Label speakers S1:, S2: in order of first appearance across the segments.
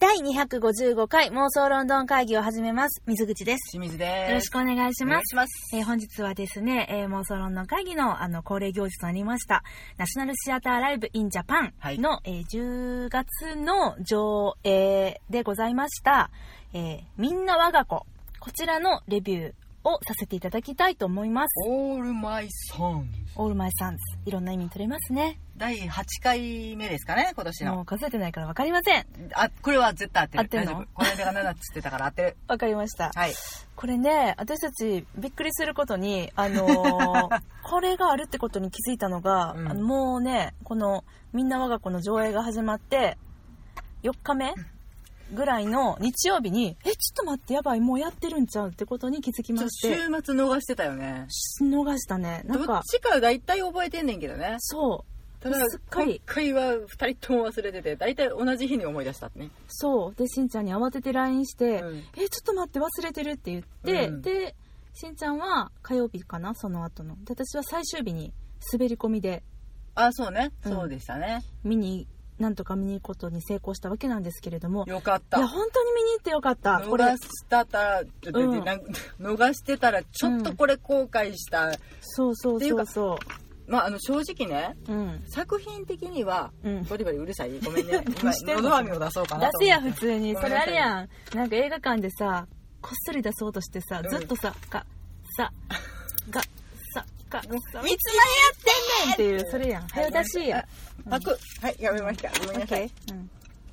S1: 第255回妄想ロンドン会議を始めます。水口です。
S2: 清水です。
S1: よろしくお願いし
S2: お願
S1: ま
S2: い
S1: す。
S2: します。
S1: えー本日はですね、えー妄想ロンドン会議のあの恒例行事となりました、ナショナルシアターライブインジャパン
S2: はい
S1: の、えー10月の上映でございました、えーみんな我が子、こちらのレビューをさせていただきたいと思います。
S2: オールマイソン
S1: オールマイサンズ。いろんな意味取れますね。
S2: 第8回目ですかね、今年
S1: も
S2: の。
S1: う数えてないからわかりません。
S2: あ、これは絶対当て
S1: 合
S2: る。
S1: ってるの
S2: 大丈夫この間が7っつってたから当 てる。
S1: わかりました。
S2: はい。
S1: これね、私たちびっくりすることに、あの ーこれがあるってことに気づいたのが、
S2: うん
S1: あのもうね、この、みんな我が子の上映が始まって、4日目ぐらいの日曜日に、え、ちょっと待って、やばい、もうやってるんちゃうってことに気づき
S2: ち
S1: ま
S2: ょ
S1: し
S2: 週
S1: て、
S2: 末逃してたよね。
S1: 逃したね。
S2: ど
S1: なん
S2: っ
S1: か、
S2: ちか大体覚えてんねんけどね。
S1: そう、
S2: ただ
S1: すっ、かり
S2: 今回は2人とも忘れてて、大体同じ日に思い出したってね。
S1: そう。で、しんちゃんに慌てて LINE して、
S2: うん
S1: え、ちょっと待って、忘れてるって言って、
S2: うん
S1: で、しんちゃんは火曜日かな、その後の。で、私は最終日に滑り込みで、
S2: あ、そうね。
S1: うん
S2: そうでしたね。
S1: 見になんとか見に行くことに成功したわけなんですけれどもい
S2: よかった
S1: や。本当に見に行ってよかったこれ
S2: 逃したた、ちょっと
S1: うん
S2: なんか逃してたら、ちょっとこれ後悔した。
S1: そうそう
S2: ってい
S1: そうう
S2: か
S1: そ
S2: まあ、あの、正直ね、
S1: ううん
S2: 作品的には、
S1: うん
S2: バリバリうるさいごめんね
S1: どうしてんの
S2: 喉飴を出そうか
S1: 出
S2: なと
S1: せ
S2: 思
S1: や
S2: って
S1: 普通に
S2: ご
S1: そ
S2: めん
S1: れ
S2: な
S1: あ
S2: さい
S1: れやんなんか映画館でさこっそり出そうとしてさ
S2: うん
S1: ずっとさ「か さ」「が」「さ」「か」さ
S2: いつ
S1: 「っていうそれやん
S2: まで
S1: 早出しや
S2: あパクはいやめましたごめ
S1: オ
S2: んな
S1: ッ
S2: さい
S1: ケーうん
S2: い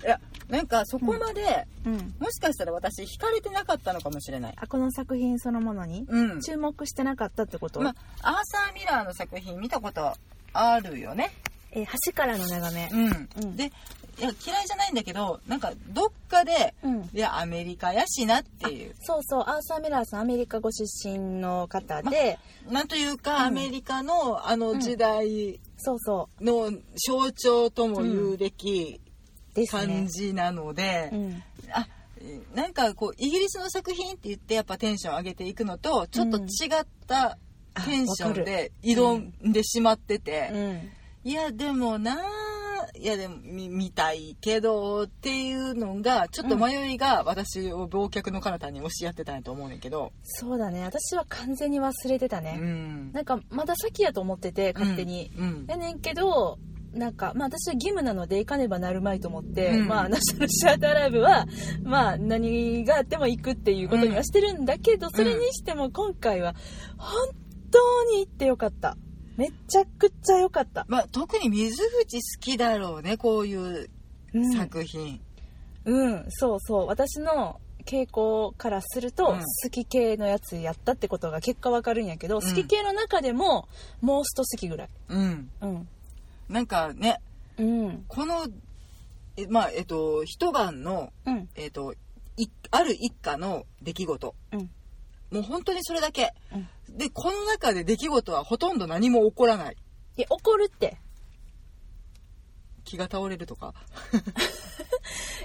S2: やなんかそこまで、
S1: うん
S2: もしかしたら私惹かれてなかったのかもしれない
S1: あこの作品そのものに
S2: うん
S1: 注目してなかったってこと
S2: まあアーサー・ミラーの作品見たことあるよね
S1: えー橋からの眺め
S2: うん、
S1: うん
S2: でいや嫌いじゃないんだけどなんかどっかで、
S1: うん
S2: いやアメリカやしなっていう
S1: そうそうアーサー・ミラーさんアメリカご出身の方で
S2: なんというか、
S1: うん
S2: アメリカのあの時代
S1: そうそ
S2: の象徴とも言うべき
S1: うですね
S2: 感じなので、
S1: うん
S2: あなんかこうイギリスの作品って言ってやっぱテンション上げていくのとちょっと違った
S1: あ
S2: テンション
S1: わか
S2: で挑んでしまってて、
S1: うん
S2: いやでもなあいやでも見見たいけどっていうのがちょっと迷いが私を忘却の彼方に押しやってたんやと思うねんけど、
S1: そうだね私は完全に忘れてた
S2: う
S1: ね、
S2: ん、
S1: なんかまだ先やと思ってて勝手に、
S2: うん
S1: やねんけどなんかまあ私は義務なので行かねばなるまいと思って、
S2: うん
S1: まあナショナルシアターライブはまあ何があっても行くっていうことにはしてるんだけど、それにしても今回は本当に行ってよかっためちゃくちゃよかった、
S2: まあ、特に水口好きだろうねこういう
S1: うん
S2: 作品、
S1: うん、そうそう。私の傾向からすると、
S2: うん
S1: 好き系のやつやったってことが結果わかるんやけど、
S2: ん
S1: 好き系の中でも、モースト好きぐらい。
S2: うん、
S1: うん。
S2: なんかね
S1: うん。
S2: このえまあえっと一晩の
S1: うん。
S2: えー、といある一家の出来事
S1: うん。
S2: もう本当にそれだけ、
S1: うん
S2: でこの中で出来事はほとんど何も起こらない
S1: いや、怒るって。
S2: 気が倒れるとか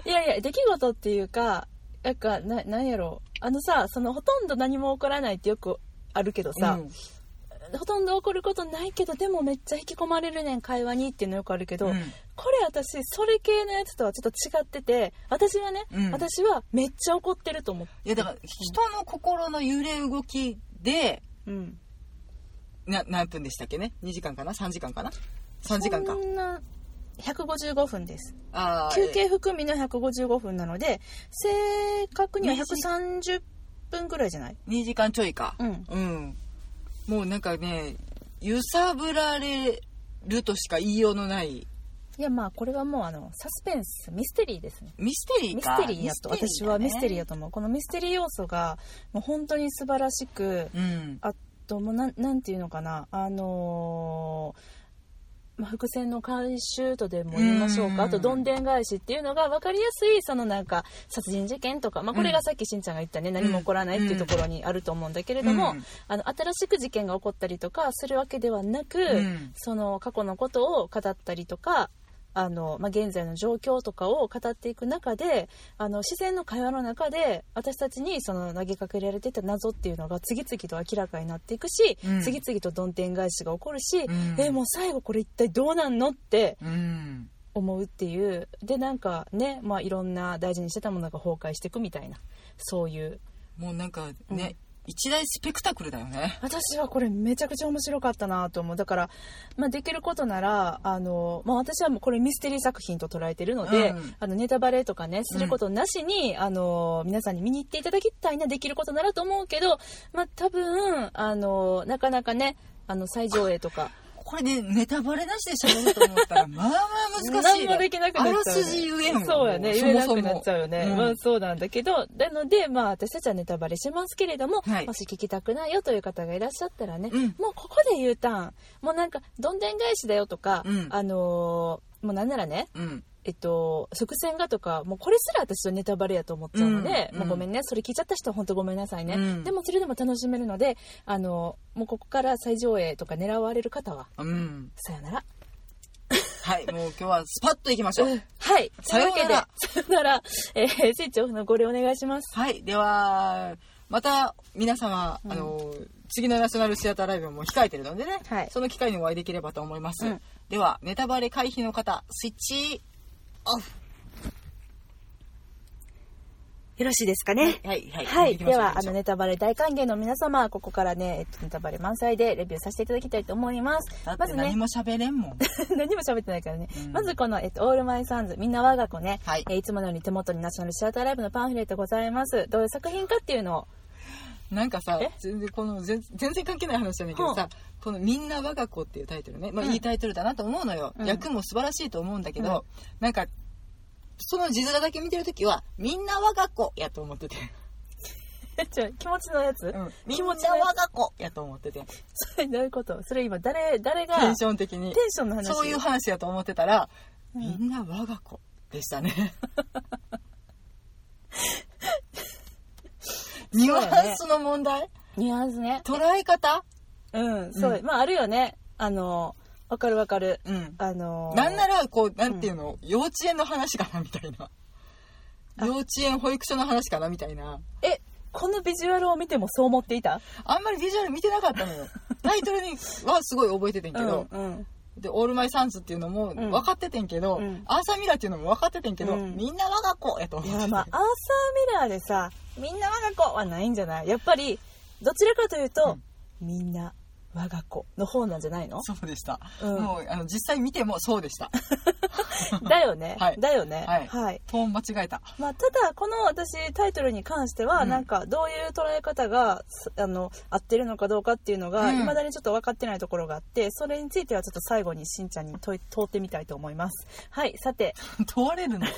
S1: いやいや、出来事っていうか、なんか、な、なんやろう。あのさ、その、ほとんど何も起こらないってよくあるけどさ、
S2: うん
S1: ほとんど起こることないけど、でもめっちゃ引き込まれるねん、会話にっていうのよくあるけど、
S2: うん
S1: これ私、それ系のやつとはちょっと違ってて、私はね、
S2: うん
S1: 私はめっちゃ怒ってると思って。
S2: いやだから人の心の揺れ動きで
S1: うん。
S2: な何分でしたっけね2時間かな3時間かな3時間か
S1: そんな155分です
S2: あー
S1: 休憩含みの155分なので正確には130分ぐらいじゃない
S2: 2時間ちょいか
S1: うん
S2: うん、もうなんかね揺さぶられるとしか言いようのない
S1: いやまあこれはもうあのサスペンスミステリーですね
S2: ミステリー
S1: ミ
S2: か
S1: ステリーやと私はミステリー
S2: や
S1: やと思うこのミステリー要素がもう本当に素晴らしく
S2: うん
S1: あともうなんなんていうのかなあのーまあ、伏線の回収とでも言いましょう
S2: うん
S1: かあとどんでん返しっていうのが分かりやすいそのなんか殺人事件とか、まあ、これがさっきしんちゃんが言ったね、何も起こらないっていうところにあると思うんだけれども、
S2: うん
S1: あの新しく事件が起こったりとかするわけではなく、
S2: うん
S1: その過去のことを語ったりとかあの、まあ、現在の状況とかを語っていく中であの自然の会話の中で私たちにその投げかけられてた謎っていうのが次々と明らかになっていくし、
S2: うん
S1: 次々とどんでん返しが起こるし、
S2: うん
S1: えもう最後これ一体どうなんのって
S2: うん
S1: 思うっていうでなんかね、まあ、いろんな大事にしてたものが崩壊していくみたいなそういう
S2: もうなんかね、
S1: うん
S2: 一大スペクタクルだよね
S1: 私はこれめちゃくちゃ面白かったなと思うだから、まあ、できることならあの、まあ、私はもうこれミステリー作品と捉えてるので、
S2: うん
S1: あのネタバレとかねすることなしに、あの皆さんに見に行っていただきたいなできることならと思うけど、まあ、多分あのなかなかねあの最上映とか
S2: これねネタバレなしで喋ろうと思ったらまあまあ難しい
S1: 何もできなくなっちゃう、
S2: あらすじ言えんもん
S1: そうやね
S2: も
S1: 言えなくなっちゃうよね
S2: そもそも
S1: ま
S2: う
S1: あ、
S2: ん
S1: そうなんだけどなので、まあ、私たちはネタバレしますけれども、
S2: はい
S1: もし聞きたくないよという方がいらっしゃったらね、
S2: うん
S1: もうここで U ターンもうなんかどんでん返しだよとか、
S2: うん
S1: あのーもうなんならね
S2: うん
S1: えっと、伏線がとかもうこれすら私はネタバレやと思っちゃうので、
S2: うん
S1: もうごめんねそれ聞いちゃった人は本当ごめんなさいね、
S2: うん
S1: でもそれでも楽しめるのであのもうここから最上映とか狙われる方は
S2: うん
S1: さよなら
S2: はいもう今日はスパッといきましょう、
S1: はい。
S2: さようなら
S1: というわけで。さようなら。えー、スイッチオフのご礼お願いします。
S2: はいではまた皆様、あの次のナショナルシアターライブも控えてるのでね、
S1: はい
S2: その機会にお会いできればと思います、
S1: うん
S2: ではネタバレ回避の方スイッチオフ
S1: よろしいですかね。
S2: はいはい
S1: はい。
S2: 行きまし
S1: で
S2: ょう
S1: は、あ
S2: 行きましょ
S1: の、
S2: う
S1: ネタバレ大歓迎の皆様、ここからね、えっと、ネタバレ満載でレビューさせていただきたいと思います。
S2: だっ
S1: ま
S2: て
S1: ず
S2: 何
S1: ね、
S2: も喋れ んもん、
S1: 何も喋ってないからね。
S2: うん
S1: まずこの、えっと、オールマイサンズ、みんな我が子ね、
S2: はい
S1: えーいつものように手元にナショナルシアターライブのパンフレットございます。どういう作品かっていうのを、
S2: なんかさ
S1: え
S2: 全然この全全然関係ない話じゃないけど
S1: う
S2: さ「このみんな我が子」っていうタイトルね、まあ、
S1: うん
S2: いいタイトルだなと思うのよ、
S1: うん
S2: 役も素晴らしいと思うんだけど、なんかその字面だけ見てるときは「みんな我が子」やと思ってて
S1: え、ちょ、気持ちのやつ、
S2: 「み
S1: 気
S2: んな
S1: 持ちのや
S2: 我が子」やと思ってて
S1: つそれどういうことそれ今、誰、誰が、
S2: テ
S1: テ
S2: ン
S1: ンシ
S2: ション的に
S1: ョンの話。
S2: そういう話やと思ってたら「
S1: うん
S2: みんな我が子」でしたね ニュアンスの問題、
S1: ニュアンスね。
S2: 捉え方
S1: うん、そう、
S2: う
S1: まああるよね。あの、わかるわかる。
S2: うん
S1: あの、
S2: なんならこうなんていうの、幼稚園の話かなみたいな幼稚園保育所の話かなみたいな
S1: え、このビジュアルを見てもそう思っていた
S2: あんまりビジュアル見てなかった のよタイトルにはすごい覚えててんけど
S1: うん、うん。
S2: 「でオールマイ・サンズ」っていうのも
S1: ん
S2: 分かっててんけど、
S1: うん
S2: アーサー・ミラーっていうのも分かっててんけど、
S1: うん
S2: みんな我が子やと思
S1: い
S2: って
S1: や、
S2: て
S1: まあ、アーサーミラーでさ、みんな我が子はないんじゃないやっぱり、どちらかというと、みんな我が子の方なんじゃないの
S2: そうでした、
S1: うん
S2: もうあの実際見てもそうでした
S1: だよね、
S2: はい
S1: だよね、
S2: はい
S1: はい。
S2: トーン間違えた
S1: まあ、ただこの私タイトルに関しては、
S2: うん
S1: なんかどういう捉え方がすあの合ってるのかどうかっていうのが
S2: うん
S1: いま、未だにちょっと分かってないところがあってそれについてはちょっと最後にしんちゃんに問い通ってみたいと思いますはいさて
S2: 問われるのかよ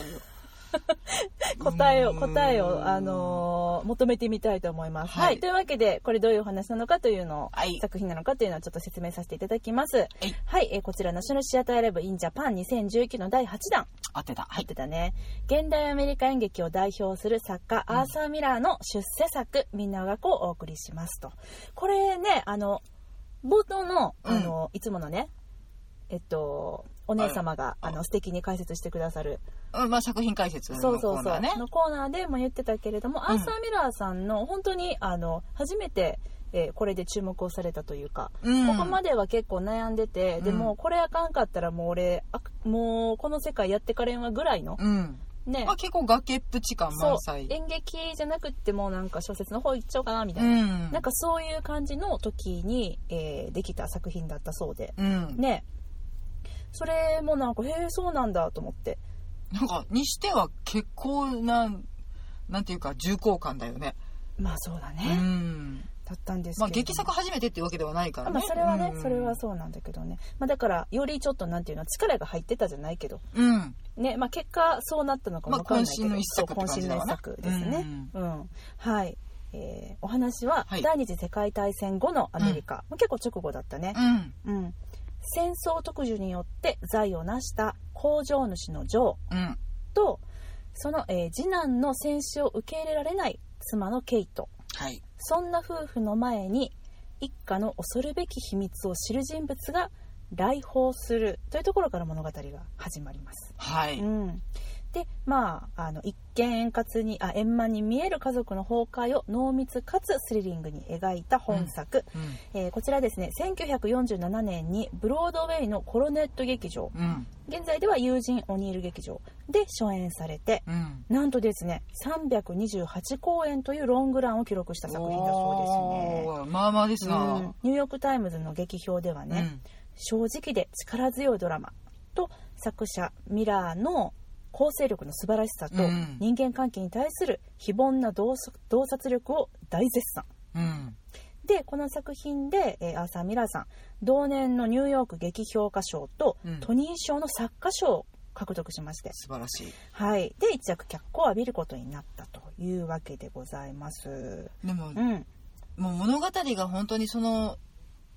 S1: 答えを
S2: うん
S1: 答えを、あのー求めてみたいと思います、
S2: はい
S1: はいというわけでこれどういうお話なのかというのを、
S2: はい
S1: 作品なのかというのをちょっと説明させていただきます
S2: い
S1: はい、えーこちらナショナルシアターライブインジャパン2019の第8弾
S2: 当てたは
S1: 入
S2: い
S1: ってたね現代アメリカ演劇を代表する作家アーサー・ミラーの出世作「みんながこ」をお送りしますとこれねあの冒頭の
S2: うん
S1: あの、いつものねえっとお姉様が
S2: あ
S1: あ
S2: の
S1: の素敵に解説してくださる
S2: うんまあ、作品解説のコ
S1: そうそう
S2: ー
S1: そ
S2: ナ
S1: う
S2: ーね
S1: のコーナーでも言ってたけれども、アーサー・ミラーさんの本当にあの初めて、えーこれで注目をされたというか、
S2: うん
S1: ここまでは結構悩んでて、で
S2: うん
S1: もこれあかんかったらもう俺あもうこの世界やってかれんわぐらいの、
S2: うん
S1: ね
S2: まあ、結構崖っぷち感
S1: そう
S2: 満載
S1: 演劇じゃなくってもうなんか小説の方行っちゃおうかなみたいな、
S2: ん
S1: なんかそういう感じの時に、えーできた作品だったそうで
S2: うん、
S1: ねそれもなんかへえそうなんだと思って
S2: なんかにしては結構ななんていうか重厚感だよね
S1: まあそうだね、
S2: うん
S1: だったんですけど
S2: まあ劇作初めてっていうわけではないから
S1: あ
S2: ね
S1: まあそれはね、
S2: うん
S1: それはそうなんだけどね、まあ、だからよりちょっとなんていうの力が入ってたじゃないけど
S2: うん
S1: ねまあ、結果そうなったのかもわかんないけど、
S2: まあ渾身の一作
S1: そう
S2: って感じ
S1: 渾
S2: だ
S1: 身の
S2: わ
S1: 一
S2: な
S1: 作ですね。うんはいえーお話は
S2: はい
S1: 第二次世界大戦後のアメリカ、もう結構直後だったね
S2: う、ん
S1: うん、戦争特需によって財を成した工場主のジョー
S2: うん
S1: とその、えー次男の戦死を受け入れられない妻のケイト
S2: はい
S1: そんな夫婦の前に一家の恐るべき秘密を知る人物が来訪するというところから物語が始まります。
S2: は
S1: う
S2: い
S1: ん、ででまああの一見円滑にあ円満に見える家族の崩壊を濃密かつスリリングに描いた本作、えーこちらですね1947年にブロードウェイのコロネット劇場
S2: うん
S1: 現在では友人オニール劇場で初演されて
S2: うん
S1: なんとですね328公演というロングランを記録した作品だそう
S2: おーまあまあです
S1: ですね、
S2: な、
S1: うんニューヨーク・タイムズの劇評ではね、正直で力強いドラマと作者ミラーの構成力の素晴らしさと
S2: うん
S1: 人間関係に対する非凡な洞察洞察力を大絶賛
S2: うんうん
S1: でこの作品で、えーアーサー・ミラーさん同年のニューヨーク劇評価賞と、
S2: うん
S1: トニー賞の作家賞を獲得しまして、
S2: 素晴らしい
S1: はい、で一躍脚光を浴びることになったというわけでございます。
S2: でも,、
S1: うん
S2: もう物語が本当にその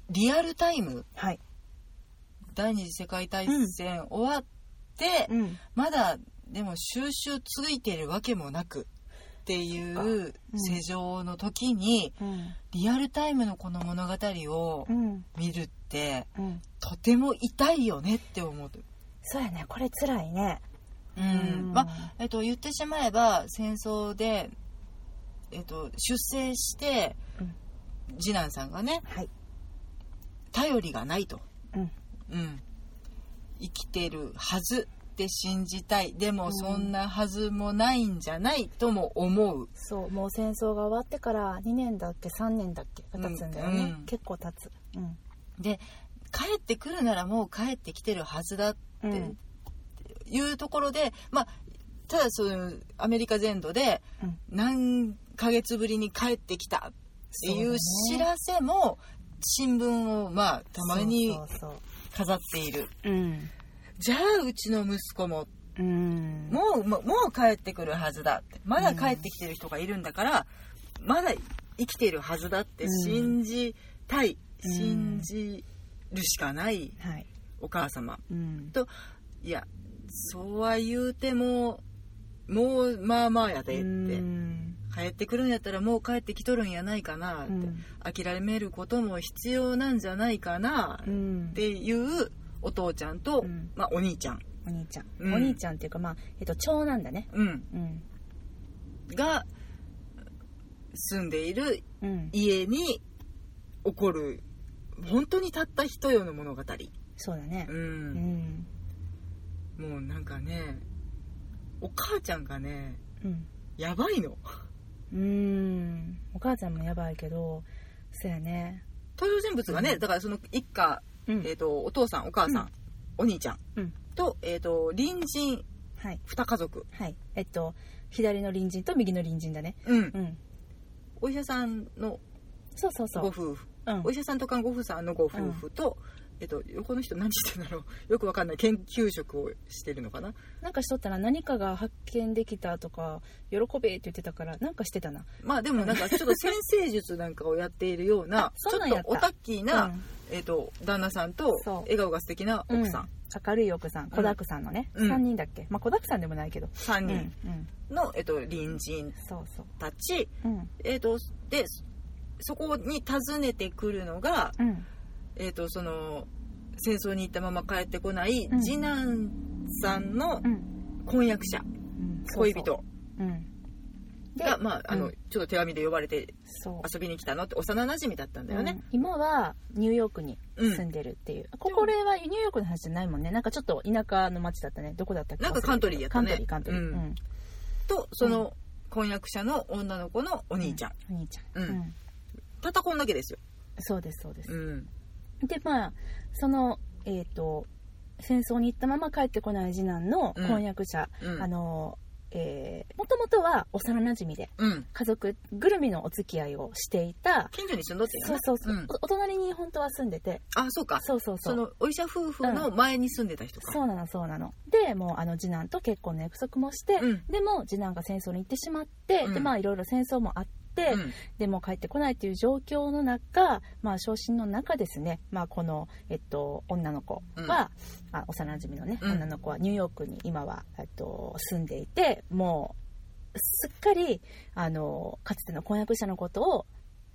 S2: リアルタイム
S1: はい
S2: 第二次世界大戦終わって、
S1: うん
S2: まだでも収集ついてるわけもなくっていう
S1: うん
S2: 世情の時に、
S1: うん
S2: リアルタイムのこの物語を
S1: うん
S2: 見るって
S1: うん、
S2: とても痛いよねって思う。
S1: そうやねこれ辛いね。
S2: う
S1: うん
S2: ん、まあえっと、言ってしまえば戦争で、えっと、出征して、
S1: うん
S2: 次男さんがね
S1: はい、
S2: 頼りがないと、
S1: うん
S2: うん生きてるはずって信じたいで
S1: う
S2: も
S1: ん
S2: そんなはずもないんじゃないとも思う、
S1: そうもう戦争が終わってから2年だっけ3年だっけが経つんだよね、
S2: うん
S1: 結構経つ、うん
S2: で帰ってくるならもう帰ってきてるはずだって
S1: うん
S2: いうところで、まあただそのアメリカ全土で
S1: うん
S2: 何ヶ月ぶりに帰ってきたってい
S1: そ
S2: う
S1: う
S2: 知
S1: だね
S2: らせも新聞をまあたまに
S1: そうそう
S2: 飾っている
S1: そううん
S2: じゃあうちの息子も
S1: うん
S2: もうもうもう帰ってくるはずだってまだ帰ってきてる人がいるんだから、まだ生きてるはずだって信じたい、
S1: うん
S2: 信じるしかない
S1: はい
S2: お母様
S1: うん
S2: といやそうは言うてももうまあまあやでって、
S1: うん
S2: 帰ってくるんやったらもう帰ってきとるんやないかなって、
S1: うん
S2: 諦めることも必要なんじゃないかな
S1: う
S2: っ
S1: ん
S2: ていうお父ちゃんと、
S1: うん
S2: まあ、お兄ちゃん、
S1: お兄ちゃん、
S2: うん
S1: お兄ちゃんっていうかまあ、えっと、長男だね
S2: うん、
S1: うん
S2: が住んでいる
S1: うん
S2: 家に起こる本当にたった一夜の物語、
S1: そうだね
S2: う
S1: うんん
S2: もうなんかねお母ちゃんがね
S1: うん
S2: やばいの
S1: うんお母ちゃんもやばいけどそうやね
S2: 登場人物がね、
S1: うん
S2: だからその一家、
S1: うん
S2: えー、とお父さんお母さん、
S1: うん
S2: お兄ちゃん、
S1: うん
S2: と,、えー、と隣人
S1: はい
S2: 2家族、
S1: はいえっと左の隣人と右の隣人だね
S2: うん
S1: う、ん
S2: お医者さんの
S1: そうそう
S2: ご
S1: そう、
S2: 夫婦
S1: うん
S2: お医者さんと看護婦さんのご夫婦と、えっと、横の人何してんだろう よくわかんない研究職をしてるのかな
S1: なんかしとったら何かが発見できたとか喜べって言ってたからなんかしてたな
S2: まあでもなんかちょっと先生術なんかをやっているよう な
S1: そ
S2: ち
S1: う
S2: ょ
S1: な
S2: っ
S1: んやっ
S2: と
S1: た
S2: オタッキーな、
S1: うん
S2: えっと旦那さんと
S1: そう
S2: 笑顔が素敵な奥さん、
S1: 明るい奥さん子だくさんのね、
S2: うん
S1: 3人だっけまあ子だくさんでもないけど
S2: 三
S1: うんう
S2: 3
S1: ん
S2: 人の、えっと隣人
S1: そうそう
S2: たち、
S1: うん
S2: えっとでそこに訪ねてくるのが、
S1: うん
S2: えっとその戦争に行ったまま帰ってこない
S1: うん
S2: 次男さんの
S1: うん
S2: 婚約者、
S1: うんそう
S2: 恋
S1: そう
S2: 人
S1: うんで
S2: が、まあ、あの、
S1: うん
S2: ちょっと手紙で呼ばれて
S1: そう
S2: 遊びに来たのって幼馴染だったんだよね。
S1: うん今はニューヨークに
S2: うん
S1: 住んでるっていう、ここれはニューヨークの話じゃないもんねなんかちょっと田舎の町だったねどこだったっけ
S2: なんかカントリーやったね
S1: カントリーカントリー、
S2: うんと、その婚約者の女の子のお兄ちゃん。
S1: お兄ちゃん、
S2: うんたったこんだけですよ。
S1: そうですそうです、
S2: うん。
S1: でまあそのえっ、と戦争に行ったまま帰ってこない次男の婚約者、
S2: うん。
S1: あのえー、もともとは幼なじみで
S2: うん。
S1: 家族ぐるみのお付き合いをしていた
S2: 近所に住んどって
S1: そうそうそう、
S2: ん
S1: おお隣に本当は住んでて
S2: あ、そうか。
S1: そうそうそう
S2: その、お医者夫婦の前に住んでた人か。
S1: そうなのそうなのでもうあの次男と結婚の約束もして、
S2: うん
S1: でも次男が戦争に行ってしまって、
S2: うん
S1: でまあいろいろ戦争もあって、
S2: うん。
S1: でも帰ってこないという状況の中、まあ、昇進の中ですね、まあ、この、えっと、女の子は、あ幼馴染のね、
S2: うん
S1: 女の子はニューヨークに今は、えっと、住んでいてもうすっかりあのかつての婚約者のことを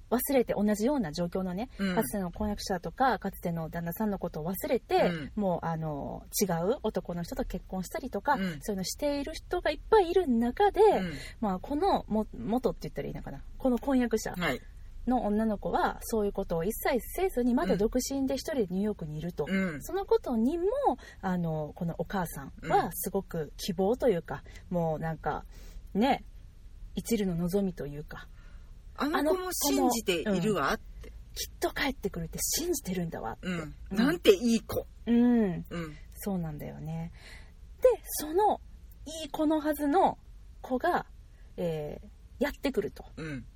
S1: 忘れて同じような状況のね、
S2: うん
S1: かつての婚約者とかかつての旦那さんのことを忘れて、もうあの違う男の人と結婚したりとか、
S2: うん
S1: そういうのしている人がいっぱいいる中で、
S2: う
S1: まあ、このも元って言ったらいいのかなこの婚約者
S2: んはい
S1: の女の子はそういうことを一切せずにまだ独身で一人でニューヨークにいると。
S2: うん
S1: そのことにもあのこのお母さん
S2: う
S1: は
S2: ん
S1: すごく希望というか、もうなんかね一縷の望みというか
S2: あの子も信じているわって、
S1: きっと帰ってくるって信じてるんだわって、
S2: うん
S1: うん
S2: なんていい子、
S1: うん、
S2: うん
S1: そうなんだよねでそのいい子のはずの子が、えーやってくると
S2: うん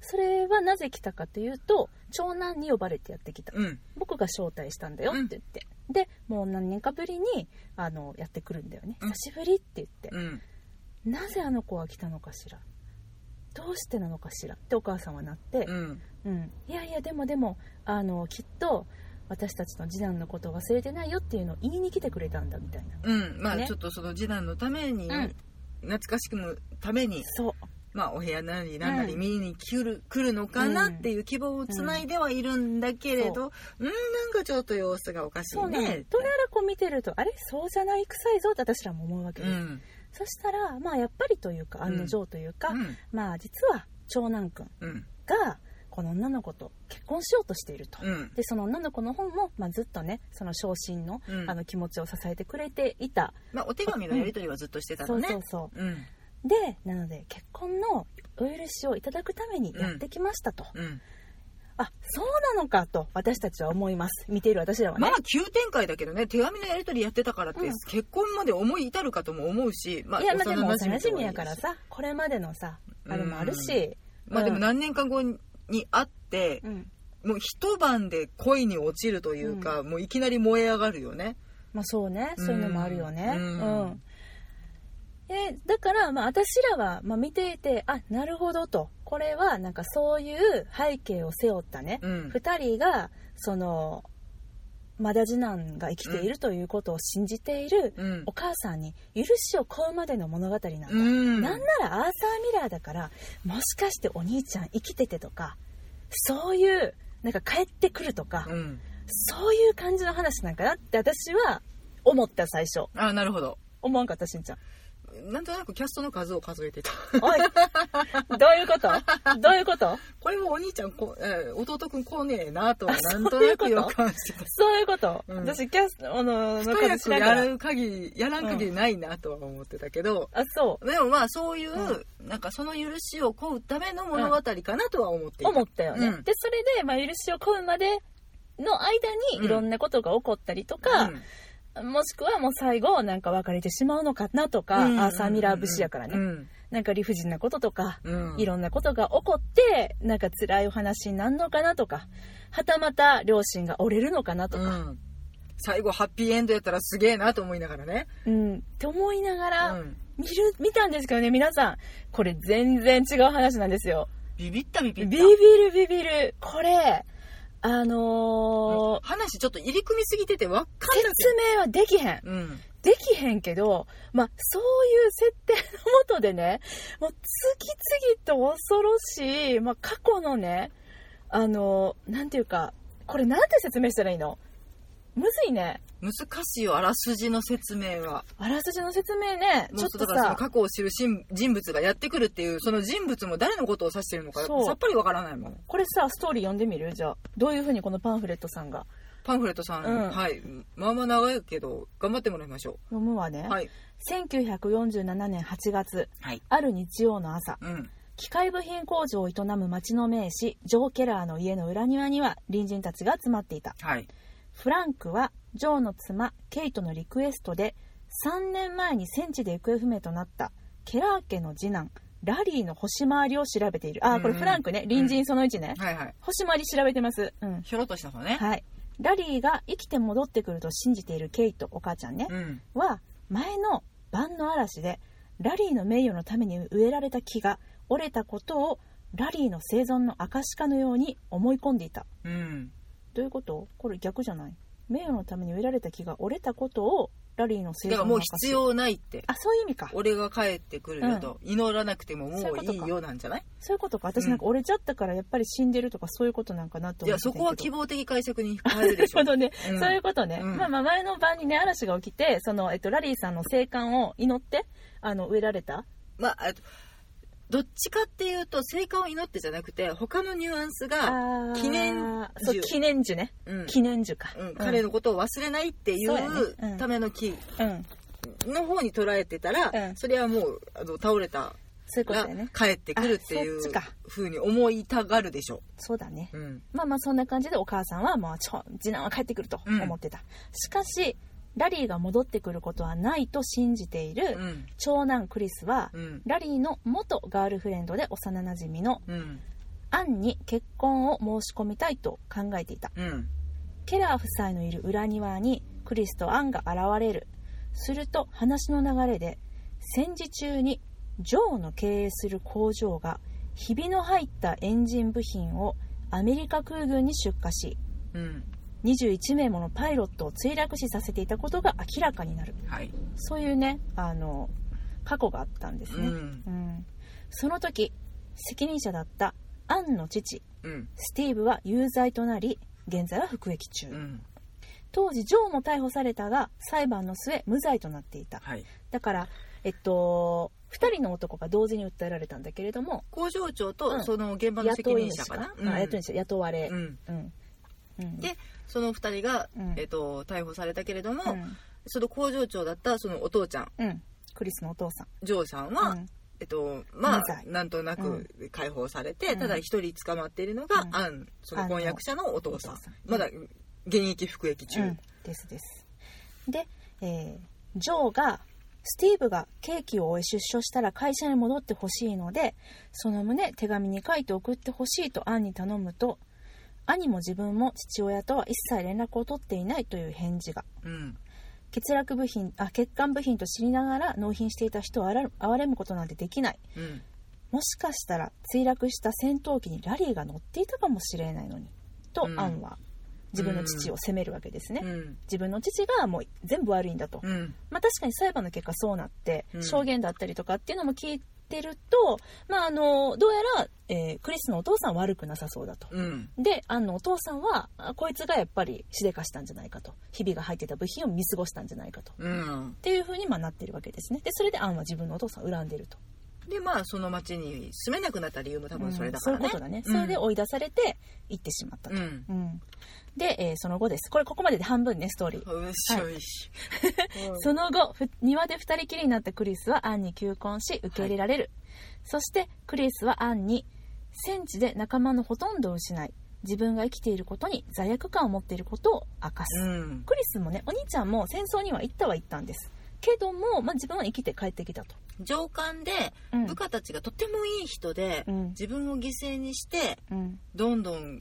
S1: それはなぜ来たかというと長男に呼ばれてやってきた
S2: うん、
S1: 僕が招待したんだよって言って、でもう何年かぶりにあのやってくるんだよね
S2: うん
S1: 久しぶりって言って、
S2: うん、
S1: なぜあの子は来たのかしらどうしてなのかしらってお母さんはなって
S2: う、ん、
S1: うんいやいやでもでもあのきっと私たちの次男のことを忘れてないよっていうのを言いに来てくれたんだみたいな、
S2: うん、まあ
S1: ね
S2: ちょっとその次男のために、
S1: うん
S2: 懐かしくのために、
S1: そう
S2: まあお部屋なりなんなり
S1: うん
S2: 見に来る、来るのかなっていう希望をつないではいるんだけれど、うん、なんかちょっと様子がおかしい
S1: そうなの
S2: ね。
S1: どうやらこう見てるとあれそうじゃない臭いぞって私らも思うわけ
S2: う
S1: です、
S2: ん、
S1: そしたらまあやっぱりというか
S2: ん
S1: 案の定というか、
S2: うん、
S1: まあ実は長男くん
S2: うん、
S1: がこの女の子と結婚しようとしていると、
S2: うん、
S1: でその女の子の方も、まあ、ずっとねその昇進の,、
S2: うん
S1: あの気持ちを支えてくれていた、
S2: まあお手紙のやり取りはずっとしてた
S1: そ
S2: の
S1: う
S2: ね。
S1: そうそう
S2: うん、
S1: でなので結婚のお許しをいただくためにやってきましたと、
S2: うん。
S1: あそうなのかと私たちは思います見ている私らはね、
S2: まあ急展開だけどね手紙のやり取りやってたからって、
S1: うん
S2: 結婚まで思い至るかとも思うし、まあ、
S1: いやまあでも幼
S2: 馴
S1: 馴
S2: 染
S1: 染
S2: み
S1: やからさこれまでのさあれもあるし、
S2: まあでも
S1: うん
S2: 何年か後に会って
S1: う、ん
S2: もう一晩で恋に落ちるというか、もういきなり燃え上がるよね
S1: まあそうね
S2: うん
S1: そういうのもあるよね
S2: う
S1: うんん、でだから、まあ、私らは、まあ、見ていてあなるほどとこれはなんかそういう背景を背負ったね、
S2: うん
S1: 2人がそのまだ次男が生きているということを信じている
S2: うん
S1: お母さんに許しを請うまでの物語なんだ、
S2: うん
S1: なんならアーサー・ミラーだからもしかしてお兄ちゃん生きててとかそういうなんか帰ってくるとか、
S2: うん
S1: そういう感じの話なんかなって私は思った最初
S2: あなるほど
S1: 思わんかったしんちゃん
S2: なんとなくキャストの数を数えてた
S1: おいどういうことどういうこと
S2: これはお兄ちゃんこ、えー弟くん来ねえなとはなんとなく予感して た
S1: そういうこと、
S2: うん
S1: 私キャスあのの数
S2: 早
S1: し
S2: く
S1: な
S2: や
S1: がら
S2: る限りやらん限りないなとは思ってたけど、
S1: あそう
S2: でもまあそういう、なんかその許しを請うための物語かなとは思っていた、
S1: 思ったよね、
S2: うん
S1: でそれで、まあ、許しを請うまでの間
S2: うん
S1: にいろんなことが起こったりとか、もしくはもう最後なんか別れてしまうのかなとか、
S2: うん
S1: アーサー・ミラー節やからね、
S2: うん
S1: なんか理不尽なこととか、
S2: うん
S1: いろんなことが起こってなんか辛いお話になるのかなとかはたまた両親が折れるのかなと
S2: う
S1: か、
S2: ん最後ハッピーエンドやったらすげえなと思いながらね、
S1: うんって思いながら、
S2: うん
S1: 見る見たんですけどね皆さんこれ全然違う話なんですよ。
S2: ビビったビビ
S1: ビ
S2: った
S1: ビるビビるこれあのー
S2: 話ちょっと入り組みすぎててわっかんなく
S1: 説明はできへん。
S2: うん
S1: できへんけど、まあ、そういう設定のもとでね、もう次々と恐ろしい、まあ、過去のね、あの、なんていうか、これなんて説明したらいいのむずいね。
S2: 難しいよあらすじの説明は
S1: あらすじの説明ね、ち
S2: も
S1: ょ
S2: う
S1: っと
S2: だからその
S1: さ、
S2: 過去を知る人人物がやってくるっていうその人物も誰のことを指してるのか
S1: そう
S2: さっぱりわからないもん
S1: これさ、ストーリー読んでみるじゃあ、どういうふうにこのパンフレットさんが
S2: パンフレットさん、
S1: うん
S2: はいまあまあ長いけど頑張ってもらいましょ
S1: 読むわね、
S2: うはい
S1: 1947年8月、
S2: はい
S1: ある日曜の朝、
S2: うん
S1: 機械部品工場を営む町の名士、ジョー・ケラーの家の裏庭には隣人たちが集まっていた。
S2: はい
S1: フランクはジョーの妻ケイトのリクエストで3年前に戦地で行方不明となったケラー家の次男ラリーの星回りを調べているあーこれ
S2: うん
S1: フランクね隣人その1ね、
S2: はいはい
S1: 星回り調べてますうん
S2: ひょろっとした方ね。
S1: はいラリーが生きて戻ってくると信じているケイトお母ちゃんね
S2: うん。
S1: は前の晩の嵐でラリーの名誉のために植えられた木が折れたことをラリーの生存の証かのように思い込んでいた
S2: うん。
S1: どういうことこれ逆じゃない名誉のために植えられた木が折れたことをラリーの生
S2: だからもう必要ないって
S1: あそういう意味か
S2: 俺が帰ってくるよと、祈らなくてももういいよなんじゃない
S1: そういうことか私なんか折れちゃったからやっぱり死んでるとかそういうことなんかなと
S2: い
S1: 思っ
S2: や
S1: てた
S2: そ
S1: け
S2: こ
S1: ど
S2: は希望的解釈に変えるでし
S1: な
S2: ょ
S1: るほどね、
S2: う ん
S1: そういうことね、
S2: うん
S1: まあまあ前の晩にね嵐が起きてその、えっと、ラリーさんの生還を祈ってあの植えられた
S2: まああとどっちかっていうと生還を祈ってじゃなくて他のニュアンスが、
S1: あー
S2: 記念樹
S1: そう記念樹ね、
S2: うん
S1: 記念樹か、
S2: うん彼のことを忘れないってい
S1: そうやね
S2: う
S1: うん
S2: ための木
S1: うん、うん
S2: の方に捉えてたら、
S1: うん
S2: それはもうあの倒れた
S1: そういうこと
S2: が
S1: だよね
S2: 帰ってくるってい
S1: あ
S2: う
S1: そっちか
S2: ふうに思いたがるでしょ
S1: そうだね
S2: う、うん
S1: まあまあそんな感じでお母さんはまあちょ次男は帰ってくると思ってた、しかしラリーが戻ってくることはないと信じている
S2: うん
S1: 長男クリスは、
S2: うん
S1: ラリーの元ガールフレンドで幼なじみの
S2: うん
S1: アンに結婚を申し込みたいと考えていた
S2: うん
S1: ケラー夫妻のいる裏庭にクリスとアンが現れるすると話の流れで戦時中にジョーの経営する工場がひびの入ったエンジン部品をアメリカ空軍に出荷し
S2: うん
S1: 21名ものパイロットを墜落死させていたことが明らかになる
S2: はい、
S1: そういうねあの過去があったんです
S2: う
S1: ね、
S2: ん
S1: うんその時責任者だったアンの父
S2: うん
S1: スティーブは有罪となり現在は服役中、
S2: うん
S1: 当時ジョーも逮捕されたが裁判の末無罪となっていた
S2: はい
S1: だからえっと2人の男が同時に訴えられたんだけれども
S2: 工場長
S1: う
S2: と
S1: ん
S2: その現場の責
S1: 雇い
S2: 任
S1: 主
S2: 者か
S1: か
S2: な、
S1: なあ雇い
S2: うん
S1: 主雇われ
S2: うん
S1: うんうん
S2: でその2人が、
S1: うん
S2: えっと逮捕されたけれども、
S1: うん
S2: その工場長だったそのお父ちゃん
S1: うんクリスのお父さん
S2: ジョーさんは、
S1: うん
S2: えっとまあ
S1: 無罪
S2: なんとなく解放されて、
S1: うん
S2: ただ一人捕まっているのが、
S1: うん
S2: アンその婚約者のお父さん
S1: お父さん
S2: まだ現役服役中、
S1: うんですですで、えージョーがスティーブが刑期を終え出所したら会社に戻ってほしいのでその旨手紙に書いて送ってほしいとアンに頼むと兄も自分も父親とは一切連絡を取っていないという返事が
S2: うん
S1: 欠落部品あ欠陥部品と知りながら納品していた人をあら憐れむことなんてできない
S2: うん
S1: もしかしたら墜落した戦闘機にラリーが乗っていたかもしれないのにと、
S2: うん
S1: アンは自分の父を責めるわけですね、
S2: うん
S1: 自分の父がもう全部悪いんだと、
S2: うん
S1: まあ、確かに裁判の結果そうなって
S2: うん
S1: 証言だったりとかっていうのも聞いてると、まあ、あのどうやら、えークリスのお父さんは悪くなさそうだと。
S2: うん
S1: でアンのお父さんはあこいつがやっぱりしでかしたんじゃないかとひびが入ってた部品を見過ごしたんじゃないかとっ
S2: うん
S1: ていうふうにまあなってるわけですねでそれでアンは自分のお父さんを恨んでると
S2: でまあその町に住めなくなった理由も多分それだか
S1: うん
S2: ら
S1: そうい
S2: ね
S1: うことだね、それで追い出されて行ってしまったと、
S2: うん
S1: うんで、えーその後ですこれここまでで半分ねストーリー
S2: よしよし、うん
S1: その後ふ庭で二人きりになったクリスはアンに求婚し受け入れられる、そしてクリスはアンに戦地で仲間のほとんどを失い自分が生きていることに罪悪感を持っていることを明かす、
S2: うん
S1: クリスもねお兄ちゃんも戦争には行ったは行ったんですけども、まあ、自分は生きて帰ってきたと、
S2: 上官で
S1: うん
S2: 部下たちがとてもいい人で、
S1: うん
S2: 自分を犠牲にして
S1: うん、
S2: どんどん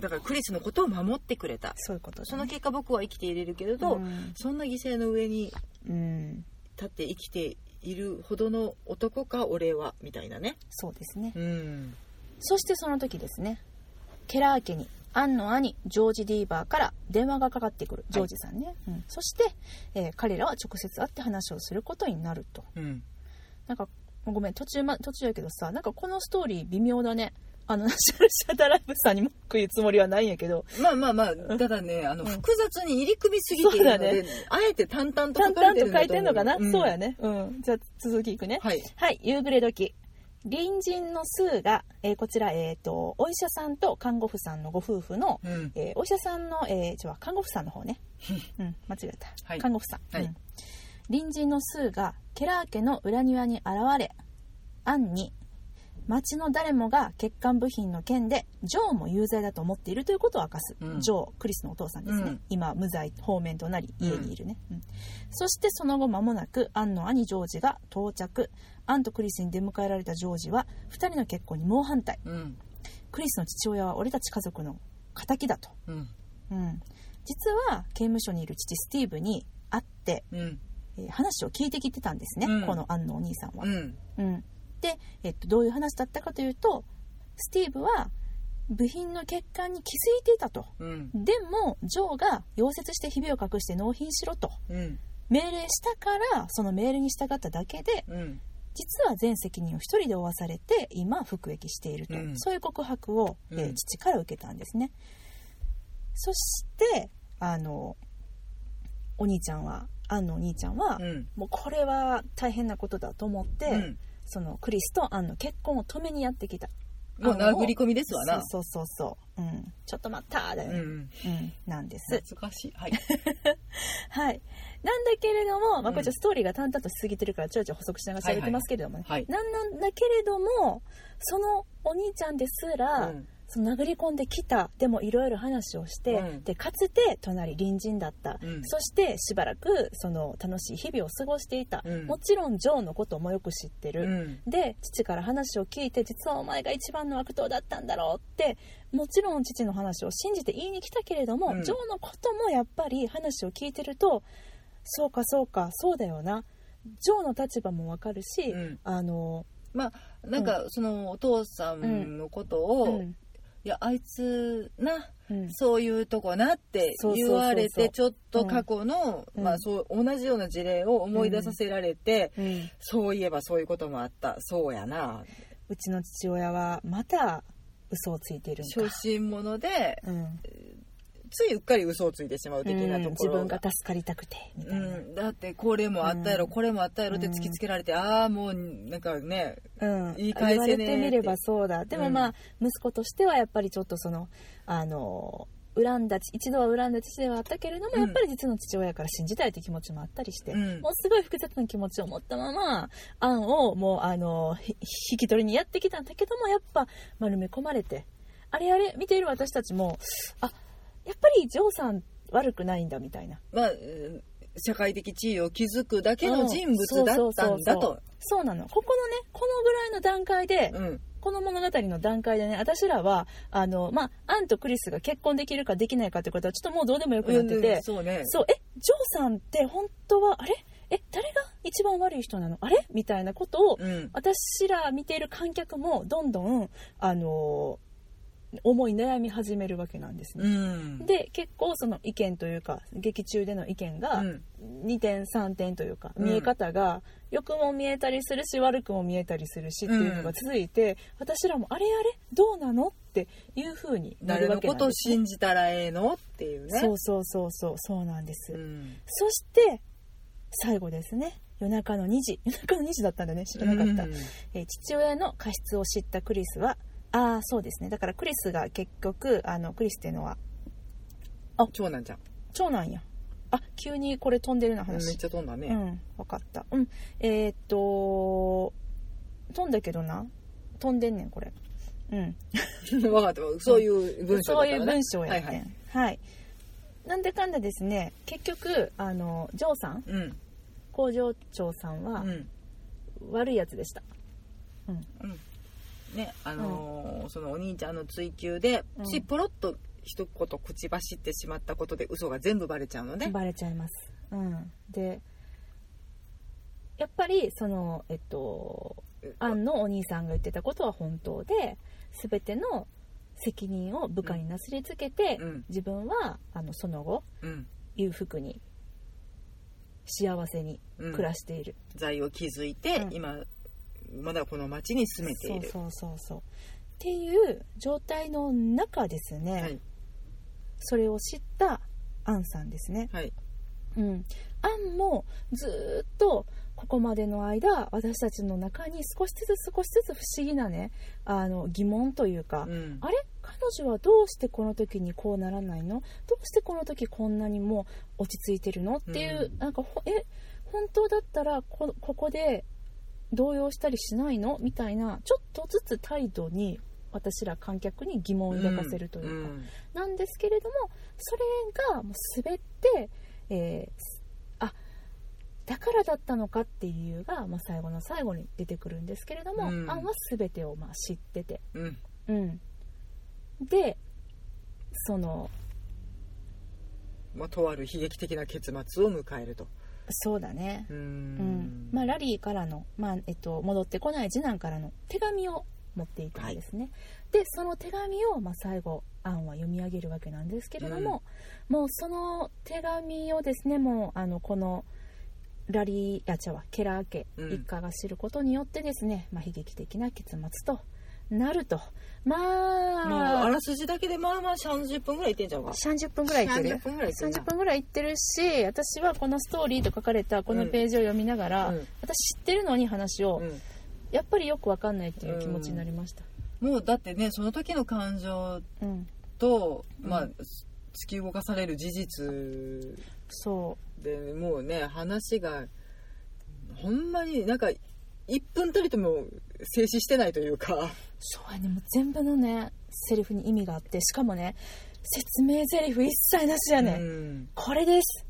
S2: だからクリスのことを守ってくれた
S1: そういうこと
S2: そ
S1: だ
S2: の
S1: ね、
S2: 結果僕は生きていれるけれど、
S1: うん
S2: そんな犠牲の上に
S1: うん、
S2: 立って生きているほどの男か俺はみたいなね
S1: そうですね
S2: うん
S1: そしてその時ですねケラー家にアンの兄ジョージ・ディーバーから電話がかかってくるジョージさんね、うんそして、えー彼らは直接会って話をすることになると
S2: うん
S1: なんかごめん途中,、ま、途中やけどさなんかこのストーリー微妙だねあのナシ ョナルシャターライブさんに文句言うつもりはないんやけど
S2: まあまあまあただねあの
S1: うん
S2: 複雑に入り組みすぎているの
S1: そう
S2: で、あえて淡々と
S1: 淡
S2: 書か
S1: 々
S2: れてる
S1: と書
S2: んだと思
S1: いてんのかな、
S2: ん
S1: そうやねうんじゃあ続きいくね
S2: はい
S1: はい、夕暮れ時。隣人のスーが、えーこちら、えっ、と、お医者さんと看護婦さんのご夫婦の、
S2: うん
S1: えーお医者さんの、えー、ちょ、看護婦さんの 方ね。うん、間違えた。
S2: はい
S1: 看護婦さん、
S2: はい
S1: うん隣人のスーが、ケラー家の裏庭に現れ、アンに、町の誰もが欠陥部品の件で、ジョーも有罪だと思っているということを明かす。
S2: うん
S1: ジョー、クリスのお父さんですね。
S2: うん
S1: 今、無罪方面となり、家にいるね。うんそしてその後間もなくアンの兄ジョージが到着アンとクリスに出迎えられたジョージは2人の結婚に猛反対
S2: うん
S1: クリスの父親は俺たち家族の敵だと、
S2: うん
S1: うん、実は刑務所にいる父スティーブに会って、
S2: うん
S1: えー話を聞いてきてたんですね、
S2: うん
S1: このアンのお兄さんは
S2: う、ん
S1: うん、で、えっと、どういう話だったかというとスティーブは部品の欠陥に気づいていたと
S2: うん
S1: でもジョーが溶接してひびを隠して納品しろと
S2: うん
S1: 命令したからその命令に従っただけで
S2: うん
S1: 実は全責任を一人で負わされて今服役していると、
S2: うん
S1: そういう告白を、えー
S2: うん
S1: 父から受けたんですねそしてあのお兄ちゃんはアンのお兄ちゃんは、
S2: うん
S1: もうこれは大変なことだと思って、
S2: うん
S1: そのクリスとアンの結婚を止めにやってきた
S2: もう殴り込みですわな
S1: そうそうそうそう、うん、ちょっと待ったーだよ
S2: う
S1: ね、
S2: ん
S1: うんなんです、
S2: 懐かしいはい
S1: はい、なんだけれども、まあ、これちょっと
S2: うん
S1: ストーリーが淡々としすぎてるからちょいちょい補足しながら喋ってますけれどもね、
S2: はい
S1: なんなんだけれどもそのお兄ちゃんですら、
S2: うん
S1: その殴り込んできたでもいろいろ話をして、
S2: うん
S1: でかつて隣隣人だった、
S2: うん
S1: そしてしばらくその楽しい日々を過ごしていた、
S2: うん
S1: もちろんジョーのこともよく知ってる、
S2: うん
S1: で父から話を聞いて実はお前が一番の悪党だったんだろうってもちろん父の話を信じて言いに来たけれども、
S2: うん
S1: ジョーのこともやっぱり話を聞いてるとそうかそうかそうだよなジョーの立場もわかるし、
S2: うん
S1: あの、
S2: まあなんかそのお父さんのこと
S1: う
S2: を
S1: ん
S2: いやあいつな
S1: うん
S2: そういうとこなって
S1: そうそうそう
S2: 言
S1: そう
S2: われてちょっと過去の
S1: うん
S2: まあそう同じような事例を思い出させられて
S1: うん
S2: そういえばそういうこともあったそうやな
S1: うちの父親はまた嘘をついているん
S2: 小
S1: か、
S2: 心者で
S1: うん
S2: ついうっかり嘘をついてしまう的な
S1: うん
S2: とこ
S1: 自
S2: ろ
S1: 分が助かりたくてみた
S2: う
S1: いな、
S2: ん、だってこれもあったやろ、
S1: うん
S2: これもあったやろって突きつけられて、ああもうなんかね
S1: うん、
S2: 言い返せねーって
S1: 言われてみればそうだでもまあ、息子としてはやっぱりちょっとそのあの恨んだ一度は恨んだ父ではあったけれども、
S2: うん
S1: やっぱり実の父親から信じたいという気持ちもあったりして、
S2: うん
S1: もうすごい複雑な気持ちを持ったままアンをもうあのひ引き取りにやってきたんだけどもやっぱ丸め込まれてあれあれ見ている私たちもあやっぱりジョーさん悪くないんだみたいな
S2: まあうん社会的地位を築くだけ
S1: うん
S2: の人物だったんだと。
S1: そうなのここのねこのぐらいの段階で、
S2: うん
S1: この物語の段階でね私らはあの、まあ、アンとクリスが結婚できるかできないかってことはちょっともうどうでもよくなってて、
S2: うんそうね
S1: そうえジョーさんって本当はあれえ誰が一番悪い人なのあれみたいなことを、
S2: うん
S1: 私ら見ている観客もどんどん、あの思い悩み始めるわけなんです
S2: う
S1: ね。
S2: ん
S1: で結構その意見というか劇中での意見が
S2: うん
S1: 2点3点というか
S2: うん
S1: 見え方が良くも見えたりするし悪くも見えたりするしっていうのが続いて、私らもあれあれどうなのっていう風にな
S2: 誰
S1: るわ
S2: の
S1: けな
S2: こ
S1: ん
S2: とを
S1: です、ね、
S2: 信じたらええのっていうね。
S1: そうそうそうそうそうなんです、
S2: うん
S1: そして最後ですね夜中の2時夜中の2時だったんだね知らなかった、
S2: うん
S1: えー父親の過失を知ったクリスはああそうですねだからクリスが結局あのクリスっていうのは
S2: 長男ちゃん、
S1: 長男やあ急にこれ飛んでるな
S2: めっ
S1: 話
S2: ちゃ飛んだ
S1: う
S2: ね。
S1: ん、分かった。うん、えーっと、飛んだけどな。飛んでんねん、これ。うん。
S2: 分かった。そういう文章
S1: そ
S2: だ
S1: う
S2: った
S1: い
S2: ら
S1: う
S2: ね
S1: 文章やってん。
S2: は
S1: はいい、なんでかんだですね、結局、あの、ジョーさん、
S2: うん
S1: 工場長さんは
S2: う、ん
S1: 悪いやつでした。
S2: うんねあのーそのお兄ちゃんの追求で、
S1: うん
S2: ついポロッと一言口走ってしまったことで嘘が全部バレちゃうのね。
S1: バレちゃいます。うん。で、やっぱり、その、えっと、アンのお兄さんが言ってたことは本当で全ての責任を部下になすりつけて、
S2: うん
S1: 自分はあのその後
S2: うん
S1: 裕福に幸せに
S2: うん、
S1: 暮らしている、
S2: 財を築いて、
S1: うん
S2: 今まだこの町に住めている。
S1: そうそうそうそうっていう状態の中ですね、
S2: はい
S1: それを知ったアンさんですね、
S2: はい
S1: うん、アンもずーっとここまでの間私たちの中に少しずつ少しずつ不思議なねあの疑問というか、
S2: うん
S1: あれ彼女はどうしてこの時にこうならないのどうしてこの時こんなにも落ち着いてるのっていう、
S2: うん
S1: なんかほえ本当だったらこここで動揺したりしないのみたいなちょっとずつ態度に私ら観客に疑問を抱かせるというか、
S2: ん
S1: なんですけれどもそれがもう滑って、えーすあだからだったのかっていう理由が、まあ、最後の最後に出てくるんですけれども、
S2: うん
S1: アンは全てをまあ知ってて
S2: うんうん
S1: うん、でその
S2: まあ、とある悲劇的な結末を迎えると。
S1: そうだね、
S2: うー
S1: うん
S2: ん
S1: まあ、ラリーからの、まあえっと、戻ってこない次男からの手紙を持っていたんですね、でその手紙を、まあ、最後アンは読み上げるわけなんですけれども、もうその手紙をですねもうあのこの、ラリーあ違うわケラー家
S2: うん
S1: 一家が知ることによってですね、まあ、悲劇的な結末となるとま
S2: もうあ
S1: あ
S2: らすじだけでまあまあ30分ぐらいいってんじゃんか
S1: 30分ぐらいいってる
S2: 30分ぐらいいってるな
S1: 30分ぐらいいってるし私はこのストーリーと書かれたこのページを読みながら、
S2: うんうん
S1: 私知ってるのに話を、
S2: うん
S1: やっぱりよくわかんないっていう気持ちになりました、
S2: もうだってねその時の感情
S1: うん
S2: と、
S1: うん
S2: まあ突き動かされる事実
S1: そ
S2: でもうね話がほんまになんか1分たりとも静止してないというか
S1: うそうやねもう全部のねセリフに意味があってしかもね説明セリフ一切なしやね、
S2: うん
S1: これです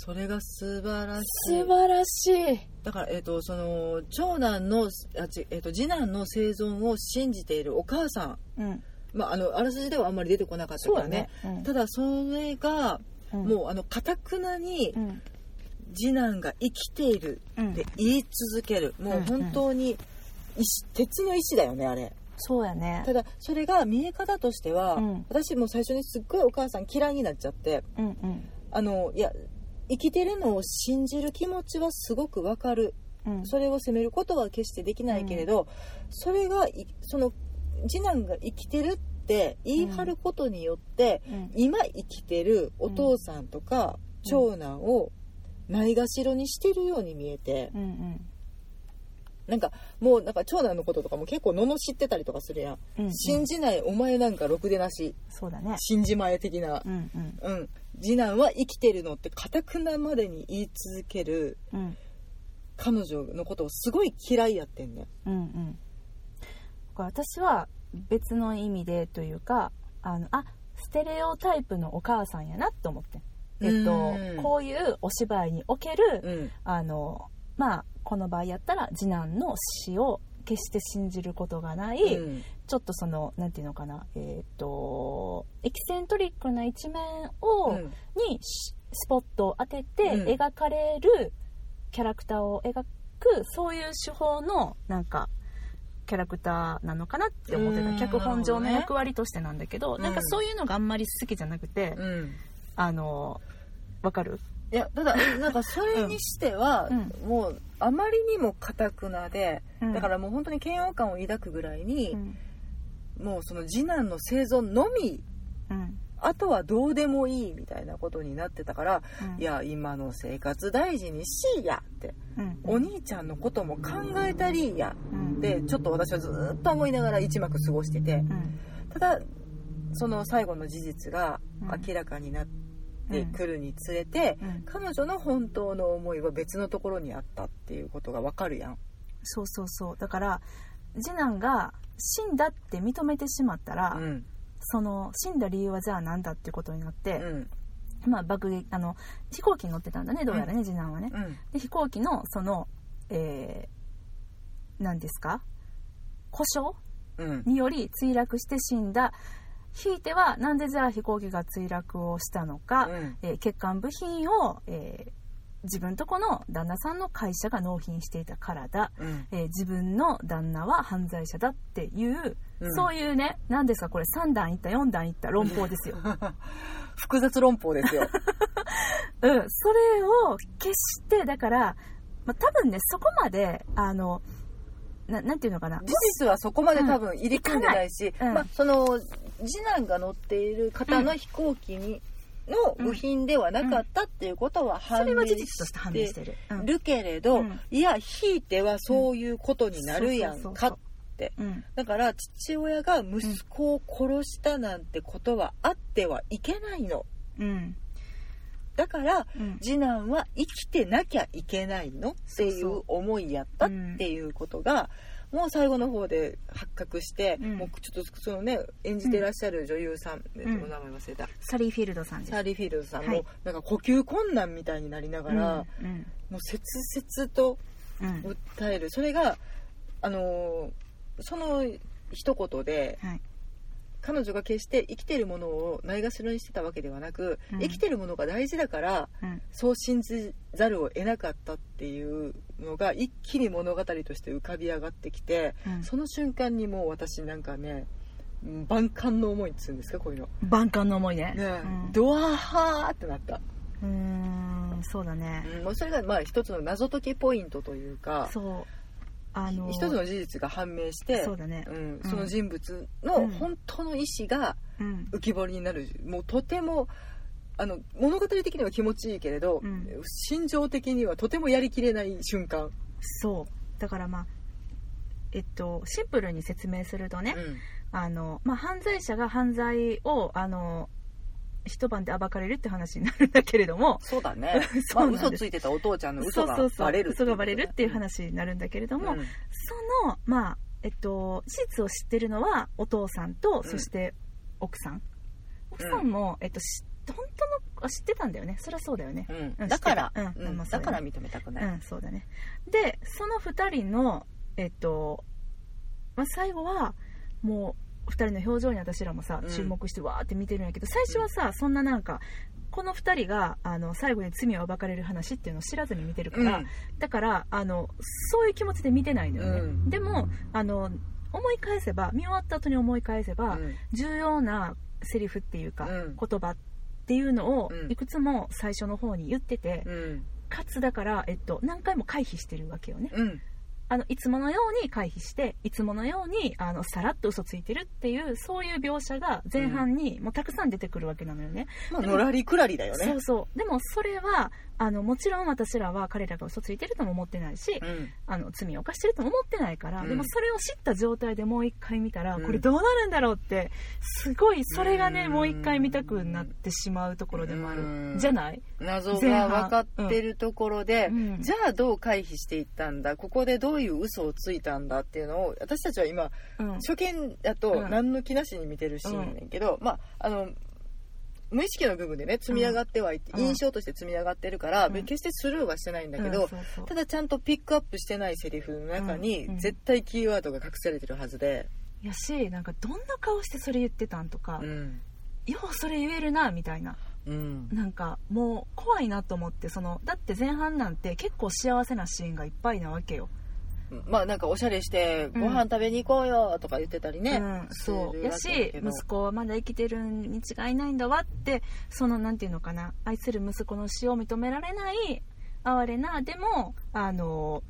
S2: それが素晴らしい
S1: 素晴らしい
S2: だから、えっとその長男のあ、ちえっと次男の生存を信じているお母さん、
S1: うん
S2: まあ、あのあらすじではあんまり出てこなかった
S1: そ
S2: け
S1: う
S2: ど
S1: やね
S2: ね、
S1: うん
S2: ただそれが、
S1: うん
S2: もうあのかたくなに
S1: うん
S2: 次男が生きている
S1: うん
S2: って言い続ける、もう本当に石鉄の石だよねあれ
S1: そうやね
S2: ただそれが見え方としては、
S1: うん
S2: 私もう最初にすっごいお母さん嫌いになっちゃって
S1: うんうん
S2: あのいや生きてるのを信じる気持ちはすごくわかる
S1: うん
S2: それを責めることは決してできないけれど、それがいその次男が生きてるって言い張ることによって、
S1: うん
S2: 今生きてるお父さんとか
S1: うん
S2: 長男をないがしろにしてるように見えて、
S1: うんうん
S2: なんかもうなんか長男のこととかも結構罵ってたりとかするやん、
S1: うんうん
S2: 信じないお前なんかろくでなし
S1: そうだね
S2: 信じまえ的な
S1: う、んうん
S2: うん、次男は生きてるのってかたくなまでに言い続ける
S1: うん
S2: 彼女のことをすごい嫌いやってんねん。
S1: うんうん私は別の意味でというかあのあステレオタイプのお母さんやなと思ってんえっ
S2: うん
S1: とこういうお芝居における、
S2: うん
S1: あのまあこの場合やったら次男の死を決して信じることがない、
S2: うん
S1: ちょっとそのなんていうのかなえっ、とエキセントリックな一面を、
S2: うん
S1: にしスポットを当てて
S2: うん
S1: 描かれるキャラクターを描くそういう手法のなんかキャラクターなのかなって思って
S2: うーん
S1: た脚本上の
S2: なるほどね
S1: 役割としてなんだけど
S2: うん
S1: なんかそういうのがあんまり好きじゃなくて、
S2: うん
S1: あのわかる
S2: いやただなんかそれにしては、
S1: う、
S2: もうあまりにもかたくなで、だかららもう本当に嫌悪感を抱くぐらいに
S1: う、ん
S2: もうその次男の生存のみ
S1: うん
S2: あとはどうでもいいみたいなことになってたから、
S1: うん
S2: いや今の生活大事にしいやって
S1: うん
S2: お兄ちゃんのことも考えたりや
S1: うん
S2: でちょっと私はずーっと思いながら一幕過ごしてて
S1: うん
S2: ただその最後の事実が
S1: うん
S2: 明らかになってくるにつれて、
S1: うん
S2: 彼女の本当の思いは別のところにあったっていうことがわかるやん、
S1: そうそうそうだから次男が死んだって認めてしまったら、
S2: うん
S1: その死んだ理由はじゃあ何だってことになって、
S2: うん
S1: まあ、爆撃あの飛行機に乗ってたんだねどうやらね、次男はね
S2: うん、
S1: で飛行機のそのえー何ですか故障
S2: うん、
S1: により墜落して死んだひいてはなんでじゃあ飛行機が墜落をしたのか、
S2: うん
S1: えー欠陥部品を、えー自分とこの旦那さんの会社が納品していたからだ、
S2: うん
S1: えー自分の旦那は犯罪者だっていう、
S2: うん
S1: そういうね何ですかこれ3段いった4段いった論法ですよ
S2: 複雑論法ですよ
S1: うん、それを決して、だから、まあ、多分ね、そこまで、あの、ななんていうのかな。
S2: 事実はそこまで多分入り組んでないし、
S1: うん
S2: まあ、その次男が乗っている方の飛行機に、の部品ではなかったっていうことは
S1: そ
S2: 判
S1: れ
S2: 明
S1: は事実として判明し
S2: して
S1: てる。うん
S2: るけれど、
S1: うん
S2: いやひいてはそういうことになるやんかて
S1: うん、
S2: だから父親が息子を殺したなんてことはあってはいけないの
S1: うん、
S2: だから
S1: うん。
S2: 次男は生きてなきゃいけないのってい
S1: そうそう
S2: う思いやったっていうことが、もう最後の方で発覚して、
S1: うん
S2: もうちょっとそのね演じてらっしゃる女優さん、えっと
S1: うん
S2: お名前忘れた
S1: サリーフィールドさんです。
S2: サーリー・フィールドさんも、
S1: はい
S2: なんか呼吸困難みたいになりながら、
S1: うん、
S2: もう切々と
S1: うん、うん。
S2: 訴えるそれがあのーその一言で
S1: はい。
S2: 彼女が決して生きてるものをないがしろにしてたわけではなく、
S1: うん
S2: 生きてるものが大事だから
S1: うん、
S2: そう信じざるを得なかったっていうのが一気に物語として浮かび上がってきて
S1: うん。
S2: その瞬間にもう私なんかねうん万感の思いっつうんですかこういうの、
S1: 万感の思いね。
S2: ね
S1: うん
S2: ドワーハーってなった
S1: うーん。うん、そうだね、
S2: うんまあそれがまあ一つの謎解きポイントというか
S1: そうあの
S2: 一つの事実が判明して
S1: そうだね
S2: うん
S1: うん
S2: その人物
S1: う
S2: の
S1: ん
S2: 本当の意思が
S1: うん
S2: 浮き彫りになるもうとてもあの物語的には気持ちいいけれど、
S1: うん
S2: 心情的にはとてもやりきれない瞬間、
S1: そうだからまあえっとシンプルに説明するとね、あのまあ、犯罪者が犯罪をあの一晩で暴かれるって話になるんだけれども
S2: そう だね
S1: そうなんです
S2: まあ、嘘ついてたお父ちゃんの嘘が
S1: そうそうそう
S2: バレる
S1: 嘘がバレるっていう
S2: ね
S1: 話になるんだけれど
S2: うん
S1: も、
S2: うん
S1: そのまあえっと事実を知ってるのはお父さんと
S2: うん
S1: そして奥さん、奥さんも、えっと、し本当のあ知ってたんだよねそりゃそうだよね
S2: うん
S1: うん
S2: だから、
S1: 知ってたうんまあそう
S2: だ
S1: だね
S2: から認めたく
S1: う
S2: ない、
S1: んそうだねでその2人のえっと、まあ、最後はもう2人の表情に私らもさ
S2: うん
S1: 注目してわーって見てるんやけど最初はさそんななんかこの2人があの最後に罪を暴かれる話っていうのを知らずに見てるか
S2: うん
S1: ら、だからあのそういう気持ちで見てないんだよね、
S2: うん
S1: でもあの思い返せば見終わった後に思い返せば、
S2: うん
S1: 重要なセリフっていうか、
S2: うん
S1: 言葉っていうのを
S2: うん
S1: いくつも最初の方に言ってて、
S2: うん
S1: かつだから、えっと、何回も回避してるわけよね
S2: うん
S1: あのいつものように回避していつものようにあのさらっと嘘ついてるっていうそういう描写が前半にもうたくさん出てくるわけなのよね、
S2: まあ
S1: でも
S2: のらりくらりだよね
S1: そうそうでもそれはあのもちろん私らは彼らが嘘ついてるとも思ってないし、
S2: うん
S1: あの罪を犯してるとも思ってないから、
S2: うん
S1: でもそれを知った状態でもう一回見たら、
S2: うん
S1: これどうなるんだろうってすごいそれがね、
S2: うん
S1: もう一回見たくなってしまうところでもある、
S2: うん
S1: じゃない、
S2: 謎が分かってるところで、
S1: うん
S2: じゃあどう回避していったんだここでどういう嘘をついたんだっていうのを私たちは今
S1: うん
S2: 初見だと
S1: うん
S2: 何の気なしに見てるシーンやねんけど、まああの無意識の部分でね積み上がってはいて、
S1: うん
S2: 印象として積み上がってるから、
S1: うん
S2: 決してスルーはしてないんだけ
S1: う
S2: ど、
S1: んそうそう
S2: ただちゃんとピックアップしてないセリフの中に、
S1: うんうん
S2: 絶対キーワードが隠されてるはずで、
S1: やしなんかどんな顔してそれ言ってたんとか、
S2: うん
S1: ようそれ言えるなみたいな
S2: うん
S1: なんかもう怖いなと思ってそのだって前半なんて結構幸せなシーンがいっぱいなわけよ、
S2: まあなんかおしゃれして
S1: うん
S2: ご飯食べに行こうよとか言ってたりね、
S1: うん、そ
S2: す
S1: う
S2: る
S1: や
S2: わ
S1: し
S2: けだけど
S1: 息子はまだ生きてるに違いないんだわってそのなんていうのかな愛する息子の死を認められない哀れなでもあの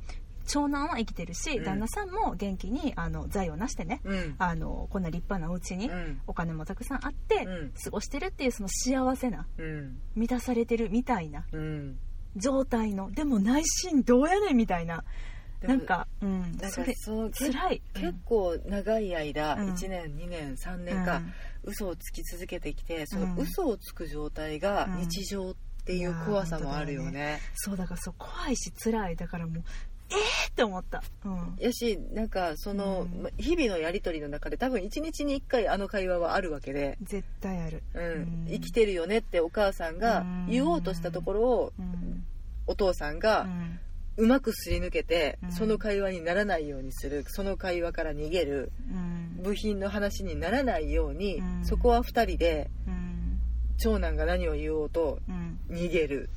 S1: 長男は生きてるし、
S2: うん
S1: 旦那さんも元気にあの財をなしてね
S2: うん
S1: あのこんな立派なお家に
S2: うん
S1: お金もたくさんあって、
S2: うん
S1: 過ごしてるっていうその幸せな
S2: うん
S1: 満たされてるみたいな
S2: うん
S1: 状態のでも内心どうやねんみたいな
S2: でも
S1: なんか、うん、
S2: なん
S1: そ
S2: か
S1: れ
S2: そう
S1: つ
S2: 結
S1: らい
S2: 結構長い間、
S1: うん
S2: 1年2年
S1: う
S2: 3
S1: ん
S2: 年
S1: う
S2: 間、
S1: ん
S2: 嘘をつき続けてきてそうの
S1: ん
S2: 嘘をつく状態が
S1: うん
S2: 日常っていう怖さもあるよ
S1: い
S2: ね。
S1: そうだからそう怖いし辛いだからもうえー、って思った、うん、
S2: やしなんかその、
S1: うん
S2: ま日々のやり取りの中で多分1日に1回あの会話はあるわけで、
S1: 絶対ある
S2: うん
S1: うん
S2: 生きてるよねってお母さんが言おうとしたところを
S1: うん、
S2: お父さん
S1: う
S2: が
S1: ん
S2: うまくすり抜けて、
S1: うん
S2: その会話にならないようにするその会話から逃げる
S1: うん
S2: 部品の話にならないように、
S1: うん
S2: そこは2人で
S1: うん
S2: 長男が何を言おうと
S1: うん
S2: 逃げる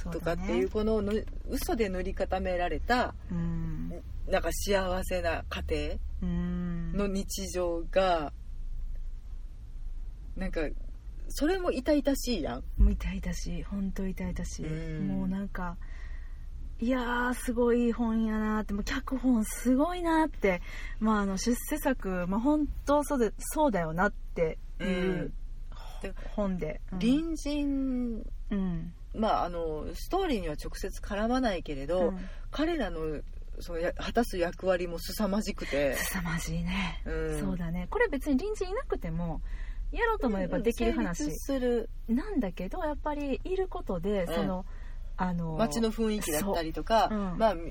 S1: そう
S2: とか
S1: だ
S2: って
S1: ね
S2: いうこのの嘘で塗り固められた
S1: うん
S2: なんか幸せな家
S1: うん
S2: 庭の日常がなんかそれも痛々しいやん。
S1: もう痛々しい本当痛々しい、
S2: うん
S1: もうなんかいやーすごい本やなーってもう脚本すごいなーって、まあ、あの出世作、まあ、本当そうでそうだよなっていう、
S2: うんで
S1: 本で、うん
S2: 隣人
S1: うん
S2: まあ、あのストーリーには直接絡まないけれ
S1: う
S2: ど、
S1: ん
S2: 彼らのそのや果たす役割も凄まじくて、
S1: 凄まじいね、
S2: うん
S1: そうだねこれ別に隣人いなくてもやろうと思えばできる
S2: 成
S1: 話
S2: 立する
S1: なんだけどやっぱりいることで
S2: うん
S1: その、あの
S2: 街の雰囲気だったりとか、
S1: そううん
S2: まあ、み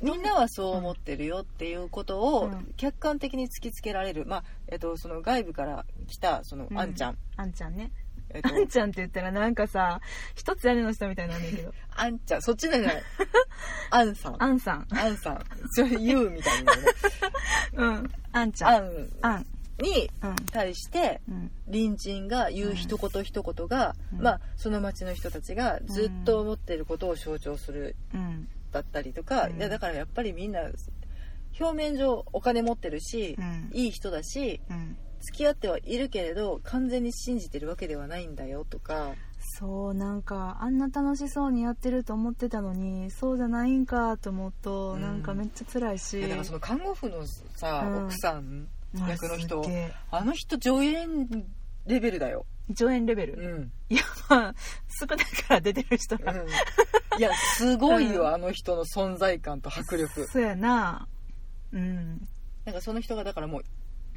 S2: みんなはそう思ってるよっていうことを
S1: うん
S2: 客観的に突きつけられる、まあえっと、その外部から来たその
S1: うん
S2: あんちゃん、
S1: あんちゃんね
S2: えっと
S1: あんちゃんって言ったらなんかさ一つ屋根の下みたいなんだけど
S2: あんちゃんそっちじゃない あんさん
S1: アンさん。
S2: あんさんそれ言うみたい なね
S1: うん。アンちゃ
S2: あ
S1: ん。
S2: ん
S1: アン。
S2: に
S1: うん。
S2: 対して
S1: うん。
S2: 隣人が言う一言一言が、
S1: うん
S2: まあ、その町の人たちがずっと思っていることを象徴する
S1: うん。
S2: だったりとか、
S1: うん
S2: いやだからやっぱりみんな表面上お金持ってるし、
S1: うん。
S2: いい人だし
S1: うん。
S2: 付き合ってはいるけれど完全に信じてるわけではないんだよとか
S1: そうなんかあんな楽しそうにやってると思ってたのにそうじゃないんかと思うと、
S2: うん
S1: なんかめっちゃ辛いし
S2: いやだからその看護婦のさ、
S1: うん
S2: 奥さん役の人
S1: あすっげえ
S2: あの人上演レベルだよ、
S1: 上演レベル、
S2: うん
S1: いやまあ少ないから出てる人が、
S2: うんいやすごいよ、
S1: うん
S2: あの人の存在感と迫力
S1: そうやなうん
S2: なんかその人がだからもう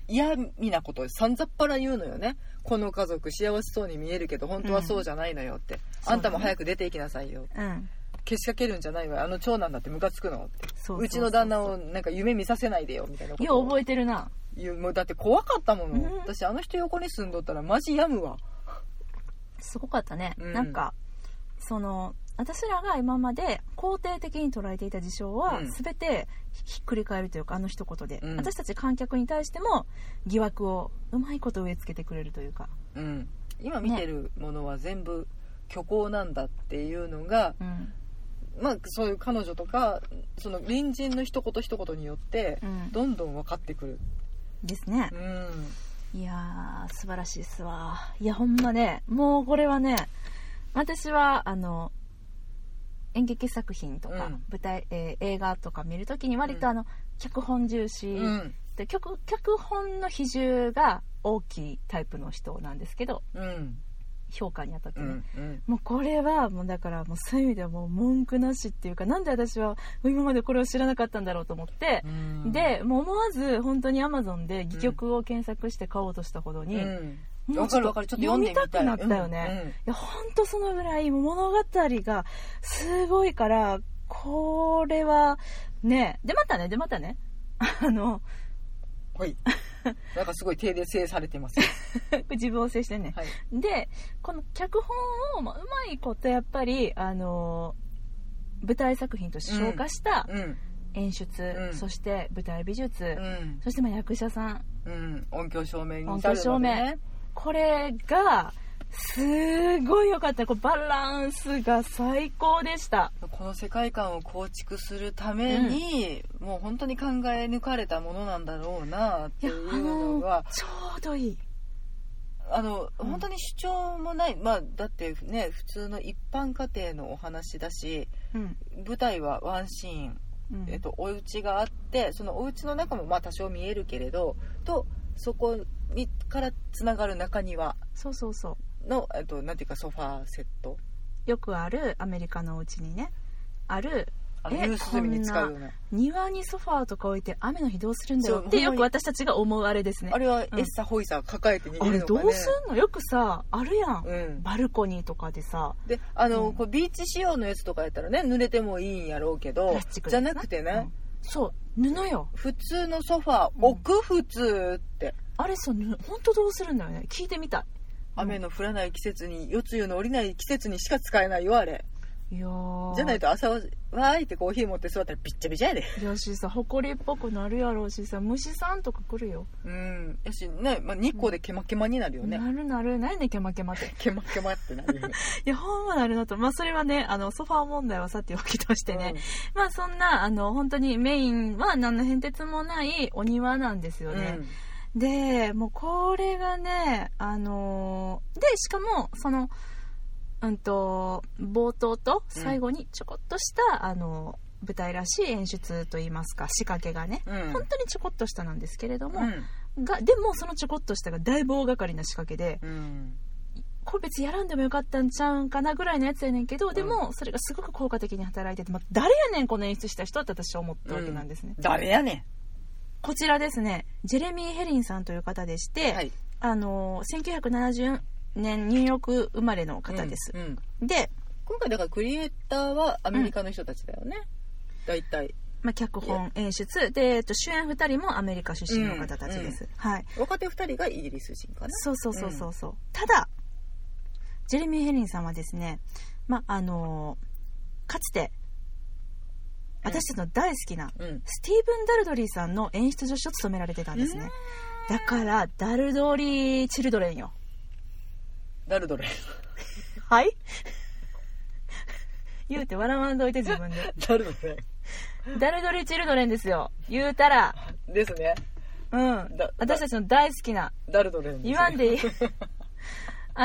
S2: 嫌味なことをさんざっぱら言うのよねこの家族幸せそうに見えるけど本当はそうじゃないのよって、
S1: うん
S2: あんたも早く出ていきなさいよ
S1: うん
S2: けしかけるんじゃないわよあの長男だってムカつくのって
S1: そう
S2: うちの旦那をなんか夢見させないでよみたいなこと
S1: よう
S2: を
S1: 覚えてるな
S2: 言うもうだって怖かったもの、
S1: うん
S2: 私あの人横に住んどったらマジ病むわ
S1: すごかったね、
S2: うん
S1: なんかその私らが今まで肯定的に捉えていた事象は
S2: うん
S1: 全てひっくり返るというかあの一言で、
S2: うん
S1: 私たち観客に対しても疑惑をうまいこと植え付けてくれるというか、
S2: うん今見てるものは全部虚構なんだっていうのが、
S1: うん
S2: まあそういう彼女とかその隣人の一言一言によって
S1: うん
S2: どんどん分かってくる
S1: ですね
S2: う、ん
S1: いやー素晴らしいっすわいやほんまねもうこれはね私はあの演劇作品とか、
S2: うん
S1: 舞台、えー映画とか見るときに割とあの、脚本重視
S2: うん
S1: で脚脚本の比重が大きいタイプの人なんですけど
S2: うん
S1: 評価にあたって
S2: う
S1: ね、
S2: んうん
S1: もうこれはもうだからもうそういう意味ではもう文句なしっていうかなんで私は今までこれを知らなかったんだろうと思って、
S2: うん
S1: でもう思わず本当にアマゾンで戯曲を検索して買おうとしたほど
S2: う
S1: に、い
S2: ん
S1: もう
S2: 分
S1: ちょっと
S2: かる分かるちょっと読んでみたい
S1: 読みたくなったよねや本当そのぐらい物語がすごいからこれはねでまたねでまたねあの
S2: うんはいなんかすごい手で制されて ますよ
S1: 自分を制してね、
S2: はい
S1: でこの脚本をまあうまいことやっぱり、あのー舞台作品として消化した
S2: うん
S1: 演出、
S2: うん
S1: そして舞台美術、
S2: うん
S1: そしてまあ役者さん
S2: うん音響証明に至るまでね
S1: これがすごい良かったこうバランスが最高でした
S2: この世界観を構築するために、もう本当に考え抜かれたものなんだろうなって
S1: い
S2: い
S1: やあ
S2: う
S1: の
S2: の
S1: ー
S2: が
S1: ちょうどいい
S2: あの
S1: うん
S2: 本当に主張もないまあだってね普通の一般家庭のお話だし
S1: うん、
S2: 舞台はワンシーン、
S1: うん
S2: えっと、お家があってそのお家の中もまあ多少見えるけれどとそこにからつながる中庭
S1: そうそうそ
S2: の、えっと、なんていうかソファーセット
S1: うよくあるアメリカのお家にねある
S2: あの
S1: え
S2: 夕涼みに使うような
S1: 庭にソファーとか置いて雨の日どうするんだよって
S2: そうほんま
S1: よ
S2: に
S1: く私たちが思うあれですね
S2: あれはエッサ・ホイサー抱えて逃
S1: あ
S2: げ
S1: れ
S2: るのか
S1: ど
S2: ね、
S1: うすんのよくさあるやん、
S2: うん、
S1: バルコニーとかでさ
S2: であの、
S1: うん
S2: こうビーチ仕様のやつとかやったらね濡れてもいいんやろうけ
S1: プ
S2: ど
S1: ラスチック
S2: じ
S1: の
S2: ゃ
S1: やつ
S2: なくてね、
S1: うんそう布よ
S2: 普通のソファー置く普通って、
S1: あれさ布ほんとどうするんだよね聞いてみたうん
S2: 雨の降らない季節に夜露の降りない季節にしか使えないよあれ
S1: いいやー
S2: じゃないと朝はわーいってコーヒー持って座ったらびっちゃびちゃやで
S1: いやしさ埃っぽくなるやろうしさ虫さんとか来るよ、
S2: うんやしね、まあ、日光でケマケマになるよね、
S1: なるなるないねんケマケマって
S2: ケマケマってなるよね
S1: いやほんまなるなとまあそれはねあのソファー問題はさておきとしてね、まあそんなあの本当にメインは何の変哲もないお庭なんです
S2: う
S1: よ
S2: ん
S1: ね、でもうこれがねあのーでしかもそのうんと冒頭と最後にちょこっとした、あの舞台らしい演出といいますか仕掛けがね、
S2: うんうん
S1: 本当にちょこっとしたなんですけれど
S2: う
S1: も、
S2: ん
S1: がでもそのちょこっとしたがだいぶ大掛かりな仕掛けで
S2: うん
S1: これ別にやらんでもよかったんちゃうんかなぐらいのやつやねんけどでもそれがすごく効果的に働いてて、まあ、誰やねんこの演出した人って私は思ったわけなんですね、
S2: 誰やね
S1: こちらですねジェレミー・ヘリンさんという方でして、
S2: んはい
S1: あの1970年ニューヨーク生まれの方です
S2: う、んうん
S1: で、
S2: 今回だからクリエイターはアメリカの人たちだよね、大体
S1: まあ、脚本演出で、えっと、主演2人もアメリカ出身の方たちです、はい
S2: 若手2人がイギリス人かな
S1: そうそうそうそうそう、ただジェレミー・ヘリンさんはですね、まああのかつて
S2: うん
S1: 私たちの大好きな
S2: うん
S1: スティーブン・ダルドリーさんの演出助手を務められてたんですねだからダルドリー・チルドレンよ
S2: ダルドレン
S1: はい 言うて笑わんといて自分で
S2: ダルドレ
S1: ダルドリー・チルドレンですよ言うたら
S2: ンですね
S1: うん
S2: だ
S1: 私たちの大好きな
S2: ダルドレン
S1: 言わんでいいあ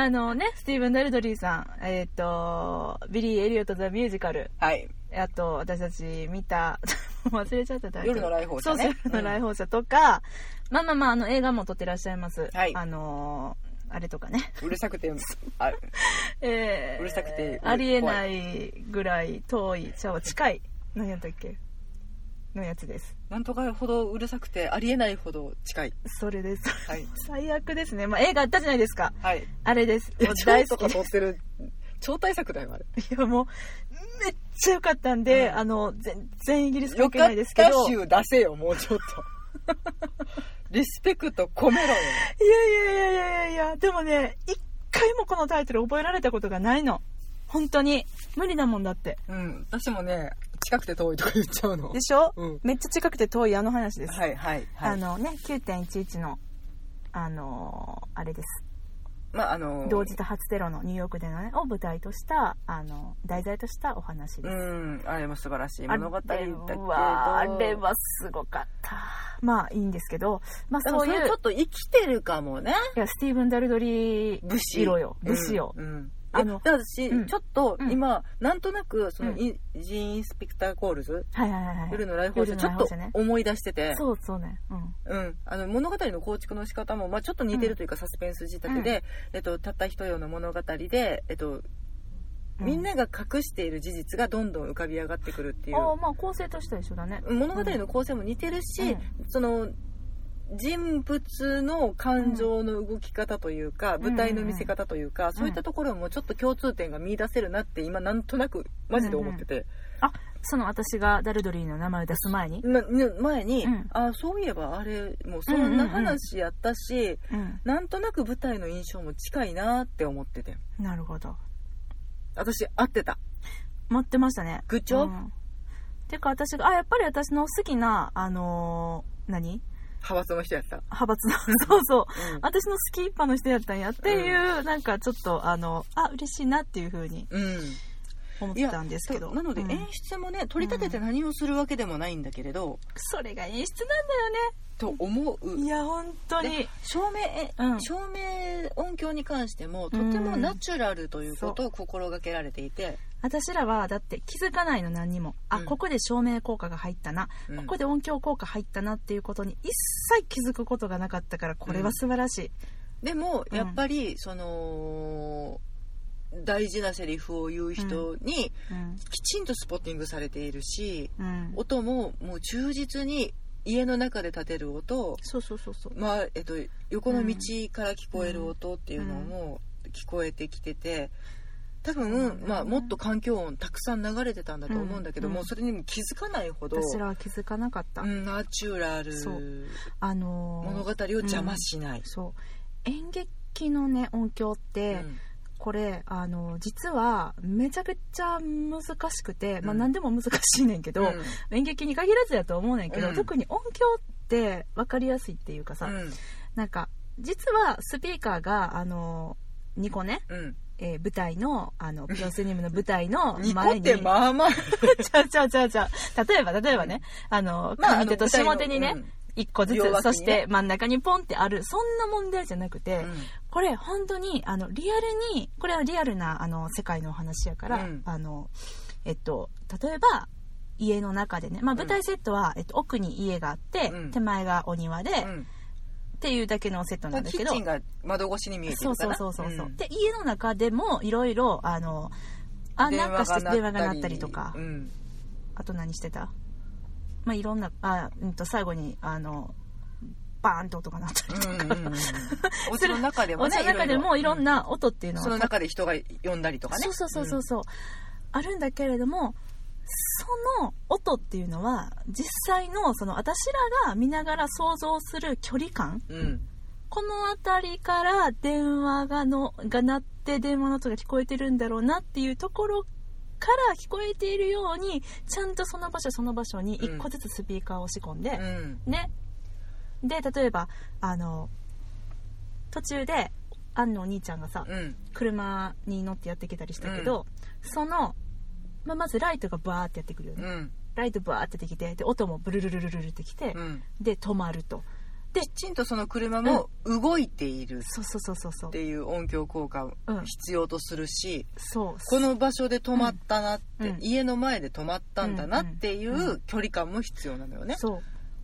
S1: あのね、スティーブン・ダルドリーさん、えっ、と、ビリー・エリオット・ザ・ミュージカル、
S2: はい
S1: あと、私たち見た、 もう忘れちゃったタイトル
S2: 夜の来訪者ね
S1: そうそう、夜の来訪者とか、まあまあまあ、あの、映画も撮ってらっしゃいます。
S2: はい
S1: あのーあれとか ね。
S2: うるさくてあ
S1: えー
S2: うるさくて
S1: ありえないぐらい遠い、ちゃうわ近い、何やったっけのやつです。
S2: なんとかほどうるさくてありえないほど近い
S1: それです。
S2: はい
S1: 最悪ですね。まあ、映画あったじゃないですか。
S2: はい
S1: あれです。もう
S2: 超
S1: 大
S2: と
S1: 好
S2: か
S1: きで
S2: 撮ってる超大作だよあれ
S1: いやもうめっちゃ良かったんで、
S2: うん
S1: あの全然イギリス関
S2: よ
S1: 係
S2: か
S1: な
S2: っ
S1: いですけど
S2: た集出せよもうちょ っとリスペクト込めろよ
S1: いやいやいやいやいやでもね一回もこのタイトル覚えられたことがないの本当に無理だもんだって
S2: うん私もね近くて遠いとか言っちゃうの
S1: でしょ、
S2: うん
S1: めっちゃ近くて遠いあの話です、
S2: はいはいはい
S1: あのね9.11のあのーあれです
S2: まああの
S1: 同時多発テロのニューヨークでのねを舞台としたあの題材としたお話です、
S2: うんあれも素晴らしい物語だけど
S1: あれはあれはすごかったまあいいんですけどまあ
S2: でも
S1: そ
S2: そう
S1: い
S2: れ
S1: う
S2: ちょっと生きてるかもね
S1: いや、スティーブン・ダルドリー
S2: 武士
S1: 色よ。武士よ。
S2: うんうん
S1: あ
S2: あ
S1: の
S2: のだから私、
S1: うん
S2: ちょっと
S1: うん
S2: 今、なんとなくその、
S1: うん
S2: イジーン・インスペクター・コールズ
S1: はいはいはいはい。
S2: 夜の来訪者
S1: 夜
S2: ち
S1: の
S2: ょ
S1: 来
S2: っ
S1: 訪
S2: と
S1: 者ね
S2: 思い出してて、
S1: そうそうね。うん。
S2: うん、あの物語の構築の仕方も、まあ、ちょっと似てるというか、サスペンス仕立てで、えっと、たった一夜の物語で、えっと、みん
S1: っ
S2: なが隠している事実がどんどん浮かび上がってくるって
S1: て
S2: いう、
S1: ああ、まあ構成としては一緒だね。
S2: 物語の構成も似てるし、その人物の感情の動き方というか、
S1: ん
S2: 舞台の見せ方というか、そういったところもちょっと共通点が見出せるなって今なんとなくマジで思ってて、
S1: その私がダルドリーの名前を出す前に。
S2: なな前に、
S1: うん
S2: あそういえばあれもうそんな話やったし、
S1: うん。
S2: なんとなく舞台の印象も近いなって思ってて
S1: なるほど。
S2: 私合ってた
S1: 待ってましたね。
S2: グッジョブ
S1: うんてか私が、あ、やっぱり私の好きな、あのー何
S2: 派閥の人やった、
S1: 派閥の、 そうそう。
S2: うん
S1: 私の好き一派の人やったんやっていう、なんかちょっと、あの、あ、嬉しいなっていうふうに
S2: うん
S1: 思ってたんですけど。
S2: なので
S1: うん
S2: 演出もね、取り立てて何をするわけでもないんだけれど、
S1: それが演出なんだよね。
S2: と思う
S1: いや本当に
S2: で照明、え
S1: うん
S2: 照明音響に関してもとてもナチュラルということを心がけられていて、
S1: 私らはだって気づかないの何にもあ、
S2: うん
S1: ここで照明効果が入ったな、
S2: うん
S1: ここで音響効果入ったなっていうことに一切気づくことがなかったからこれは素晴らしい、
S2: でも
S1: うん
S2: やっぱりその大事なセリフを言う人に
S1: うん
S2: きちんとスポッティングされているし
S1: うん
S2: 音ももう忠実に家の中で立てる音、
S1: そうそうそうそう
S2: まあえっと、横の道から聞こえる音っていうのも聞こえてきてて。多分、まあ、もっと環境音たくさん流れてたんだと思うんだけど
S1: うん
S2: も、それにも気づかないほど
S1: 私らは気づかなかった、
S2: うん、ナチュラル
S1: そうあのー
S2: 物語を邪魔しない、
S1: そう演劇のね音響って、
S2: うん
S1: これあのー実はめちゃくちゃ難しくて、まあ
S2: うん
S1: 何でも難しいねんけど、
S2: うん
S1: 演劇に限らずやと思うねんけど、
S2: うん
S1: 特に音響って分かりやすいっていうかさ、なんか実はスピーカーがあの2個ね、
S2: うんうん
S1: えー舞台のあのプロスニムの舞台の
S2: ニコ
S1: 前
S2: っ
S1: に
S2: てまあまあ
S1: ちゃうちゃうちゃうちゃう例えば例えばねあの
S2: まあ
S1: 上手と下手にね、
S2: あの舞
S1: 1個ずつ、
S2: 両脇にね
S1: そして真ん中にポンってあるそんな問題じゃなくて、
S2: 台のうん
S1: これ本当にあのリアルにこれはリアルなあの世界のお話やから、
S2: うん
S1: あのえっと例えば家の中でね、まあ、
S2: うん
S1: 舞台セットは、えっと、奥に家があって、
S2: うん
S1: 手前がお庭で、
S2: う
S1: っ
S2: ん
S1: ていうだけのセット
S2: ま
S1: な
S2: あ
S1: んだ
S2: キ
S1: け
S2: ッ
S1: ど
S2: チンが窓越しに見えて
S1: そう
S2: る
S1: そ
S2: か
S1: う
S2: な
S1: そうそうそう、
S2: ん
S1: で家の中でもいろいろあのあなんかして電話が鳴ったりとか、
S2: うん
S1: あと何してたまあいろんなあ、うん、と最後にあのバーンと音が鳴ったりとか、
S2: うん うんうんお家の中でも
S1: お
S2: ね
S1: 家の中でもいろん
S2: な、
S1: な音っていう
S2: う
S1: のは
S2: んその中で人が呼んだりとかね
S1: そうそうそうそうそう、あるんだけれどもその音っていうのは実際のその私らが見ながら想像する距離感
S2: うん、うん
S1: この辺りから電話がのが鳴って電話の音が聞こえてるんだろうなっていうところから聞こえているようにちゃんとその場所その場所に一個ずつスピーカーを仕込んで、
S2: うん
S1: ねで例えばあの途中でアンのお兄ちゃんがさ、
S2: うん
S1: 車に乗ってやってきたりしたけど、その、まあ、まずライトがバーってやってくるよね、
S2: うん
S1: ライトバーってやってきてで音もブルルルルルルってきて、
S2: うん
S1: で止まるとって
S2: きちんとその車も動いている
S1: そうそうそうそうそう
S2: っていう音響効果を
S1: うん
S2: 必要とするし、
S1: そう
S2: この場所で止まったなって、
S1: うん
S2: 家の前で止まったんだなってい
S1: んうんう
S2: う距離感も必要なのよね。
S1: そ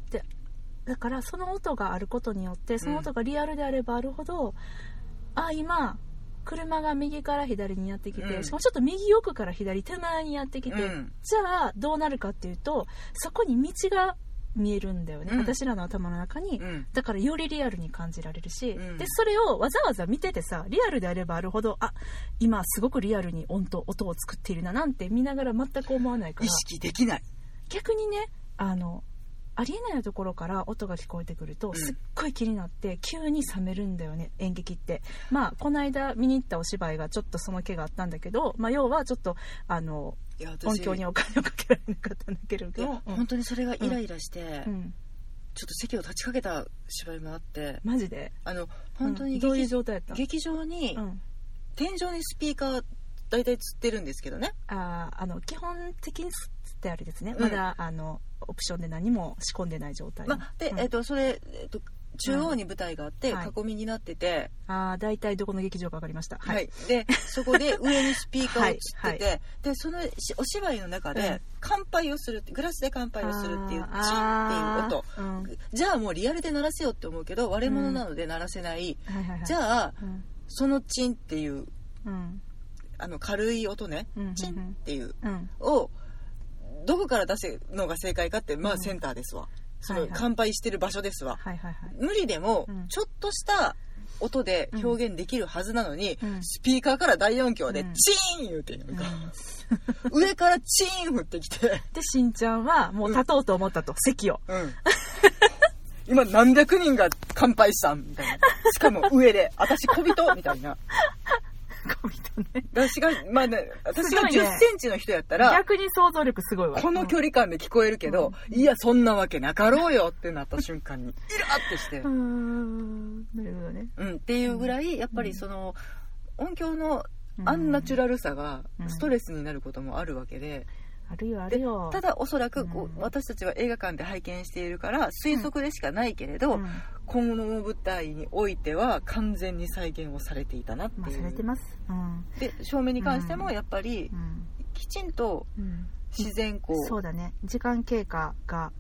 S1: うでだからその音があることによってその音がリアルであればあるほど、あ今車が右から左にやってきて、
S2: うん
S1: しかもちょっと右奥から左手前にやってきて、
S2: うん
S1: じゃあどうなるかっていうとそこに道が見えるんだよね、
S2: うん
S1: 私らの頭の中に、
S2: うん
S1: だからよりリアルに感じられるし、
S2: うん
S1: でそれをわざわざ見ててさリアルであればあるほどあ今すごくリアルに音と音を作っているななんて見ながら全く思わないか
S2: 意
S1: ら
S2: 識できない。
S1: 逆にねあのありえないところから音が聞こえてくると、
S2: ん
S1: すっごい気になって急に冷めるんだよね演劇ってまあこの間見に行ったお芝居がちょっとその気があったんだけど、まあ、要はちょっとあの
S2: いや私
S1: 音響にお金をかけられなかったんだけれ
S2: い
S1: ど
S2: や
S1: も、
S2: 本当にそれがイライラして、
S1: うん、
S2: ちょっと席を立ちかけた芝居もあって
S1: マジで
S2: あの本当
S1: う
S2: に
S1: んどういう
S2: 劇,、
S1: 状態やった
S2: 劇場に、
S1: うん、
S2: 天井にスピーカー大体つってるんですけどね
S1: あーあの基本的にってあれですね、
S2: うん
S1: まだあのオプションで何も仕込んでない状態、
S2: まあ、で、
S1: うん
S2: えっとそれ、えっと中央に舞台があって、
S1: うんはい
S2: 囲みになってて、
S1: あー大体どこの劇場か分かりました
S2: は
S1: はいい、
S2: でそこで上にスピーカーをつってて、
S1: は
S2: でそのしお芝居の中で、
S1: うん
S2: 乾杯をするってグラスで乾杯をするっていうチン
S1: あー
S2: っていう音
S1: うん
S2: じゃあもうリアルで鳴らせよって思うけど割れ物なので鳴らせない、
S1: はいはいはい、
S2: じゃあ
S1: うん
S2: そのチンっていう
S1: うん
S2: あの軽い音ね、
S1: うんうんうん
S2: チンっていう
S1: うん
S2: をどこから出すのが正解かってま
S1: う
S2: あ
S1: ん
S2: センターですわ、そ
S1: は
S2: の
S1: いはい
S2: 乾杯してる場所ですわ、
S1: はいはいはい
S2: 無理でも
S1: うん
S2: ちょっとした音で表現できるはずなのに、
S1: うん
S2: スピーカーから大音響で
S1: うん
S2: チーン言うてんやんか、
S1: う
S2: 上からチーン降って きて、
S1: んでしんちゃんはもう立とうと思ったと、席を
S2: うん、今何百人が乾杯したんみたいなしかも上で私小人みたいな
S1: 小人ね
S2: 私がまあね私
S1: すご
S2: が1
S1: いね
S2: 0センチの人やったら、
S1: 逆に想像力すごいわ
S2: この距離感で聞こえるけど、いや、そんなわけなかろうよってなった瞬間に、イラってして
S1: う、んなるほどね
S2: うん、っていうぐらい、やっぱりその、音響のアンナチュ
S1: ラ
S2: ラルさが
S1: うん
S2: ストレスになることもあるわけで、
S1: あるよあ
S2: で
S1: るよ
S2: ただおそらくこ
S1: うん
S2: う私たちは映画館で拝見しているから推測でしかないけれど、
S1: うん
S2: 今後の舞台においては完全に再現をされていたなって
S1: まあ
S2: い
S1: されて
S2: う。
S1: ますうん
S2: で照明に関してもやっぱり
S1: うん
S2: きちんと
S1: うん
S2: 自然光、
S1: そうだね時間経過が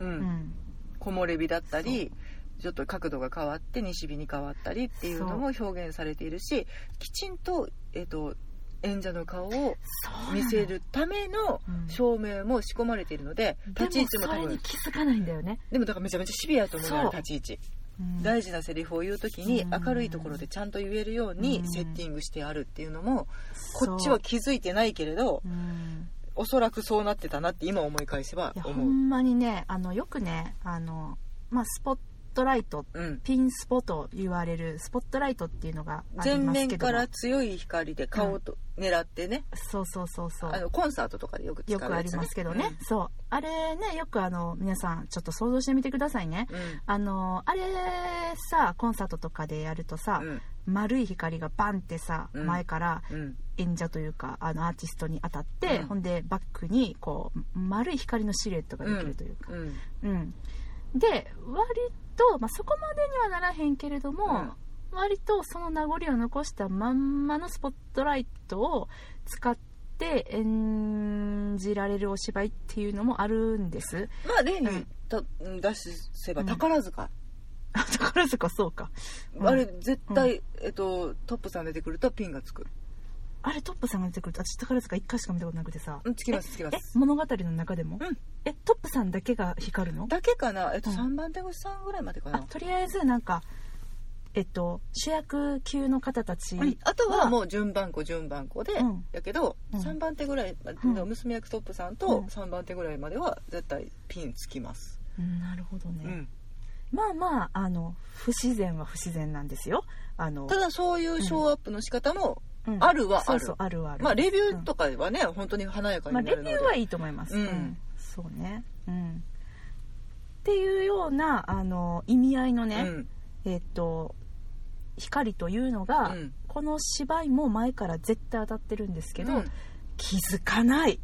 S2: う、
S1: うんん
S2: 木漏れ日だったりちょっと角度が変わって西日に変わったりっていうのも表現されているしきちんと,、えっと演者の顔を
S1: そう
S2: 見せるための
S1: うん
S2: 照明も仕込まれているので立ち位置も
S1: でもそ
S2: 多
S1: れに
S2: 分
S1: 気づかないんだよね、
S2: でもだからめちゃめちゃシビアやと思うのよ
S1: そう
S2: 立ち位置
S1: うん
S2: 大事なセリフを言う時に
S1: うん
S2: 明るいところでちゃんと言えるよう
S1: う
S2: に
S1: ん
S2: セッティングしてあるっていうのも
S1: そう
S2: こっちは気づいてないけれど
S1: うん
S2: おそらくそうなってたなって今思い返せば
S1: いやほ
S2: 思う。
S1: んまにねあのよくねあの、まあ、スポットライト
S2: うん
S1: ピンスポと言われるスポットライトっていうのがあ
S2: 前
S1: ります
S2: 面
S1: けど
S2: か
S1: も
S2: ら強い光で顔と狙ってね、
S1: そうそうそうそ
S2: あ
S1: う
S2: のコンサートとかでよく使う
S1: よ
S2: やつ、
S1: くありますけどね、そうあれねよくあの皆さんちょっと想像してみてくださいね
S2: うん。うん
S1: あのあれさコンサートとかでやるとさ、
S2: うん
S1: 丸い光がバンってさ、
S2: うん
S1: 前から
S2: うん
S1: 演者というかあのアーティストに当たって、
S2: うん
S1: ほんでバックにこう丸い光のシルエットができるというか、
S2: うん
S1: うん、で割と、まあ、そこまでにはならへんけれども、割とその名残を残したまんまのスポットライトを使って演じられるお芝居っていうのもあるんです
S2: まあ例に、
S1: うん
S2: た出せば
S1: うん
S2: 宝塚、
S1: あ宝塚そうかうん
S2: あれ絶対、えっと、トップさん出てくるとピンがつく
S1: あれトップさんが出てくると私宝塚1回しか見たことなくてさ
S2: うんつきますつきま
S1: え
S2: す
S1: 物語の中でも、
S2: うん
S1: えトップさんだけが光るの
S2: だけかな、えっと、
S1: うん
S2: 3番手越しさんぐらいまでか
S1: あ
S2: な、
S1: とりあえずなんかえっと主役級の方たち、
S2: うんあとはもう順番子順番子で、
S1: うん
S2: やけど、
S1: うん
S2: 3番手ぐらい、ま
S1: うん
S2: 娘役トップさん
S1: う
S2: と
S1: ん
S2: 3番手ぐらいまでは絶対ピンつきます、
S1: うんなるほどね、
S2: うん
S1: まあまああの不自然は不自然なんですよあの
S2: ただそういうショーアップの仕方も、
S1: うん
S2: あるはある
S1: そうそうあるはある
S2: まあレビューとかはね、本当に華やか
S1: うん
S2: に
S1: ま
S2: な
S1: あ、レ
S2: るの
S1: ビ
S2: で、
S1: ューはいいと思います、
S2: うん
S1: そうねうんっていうようなあの意味合いのね、えっと光というのが、
S2: うん
S1: この芝居も前から絶対当たってるんですけど、
S2: うん
S1: 気づかない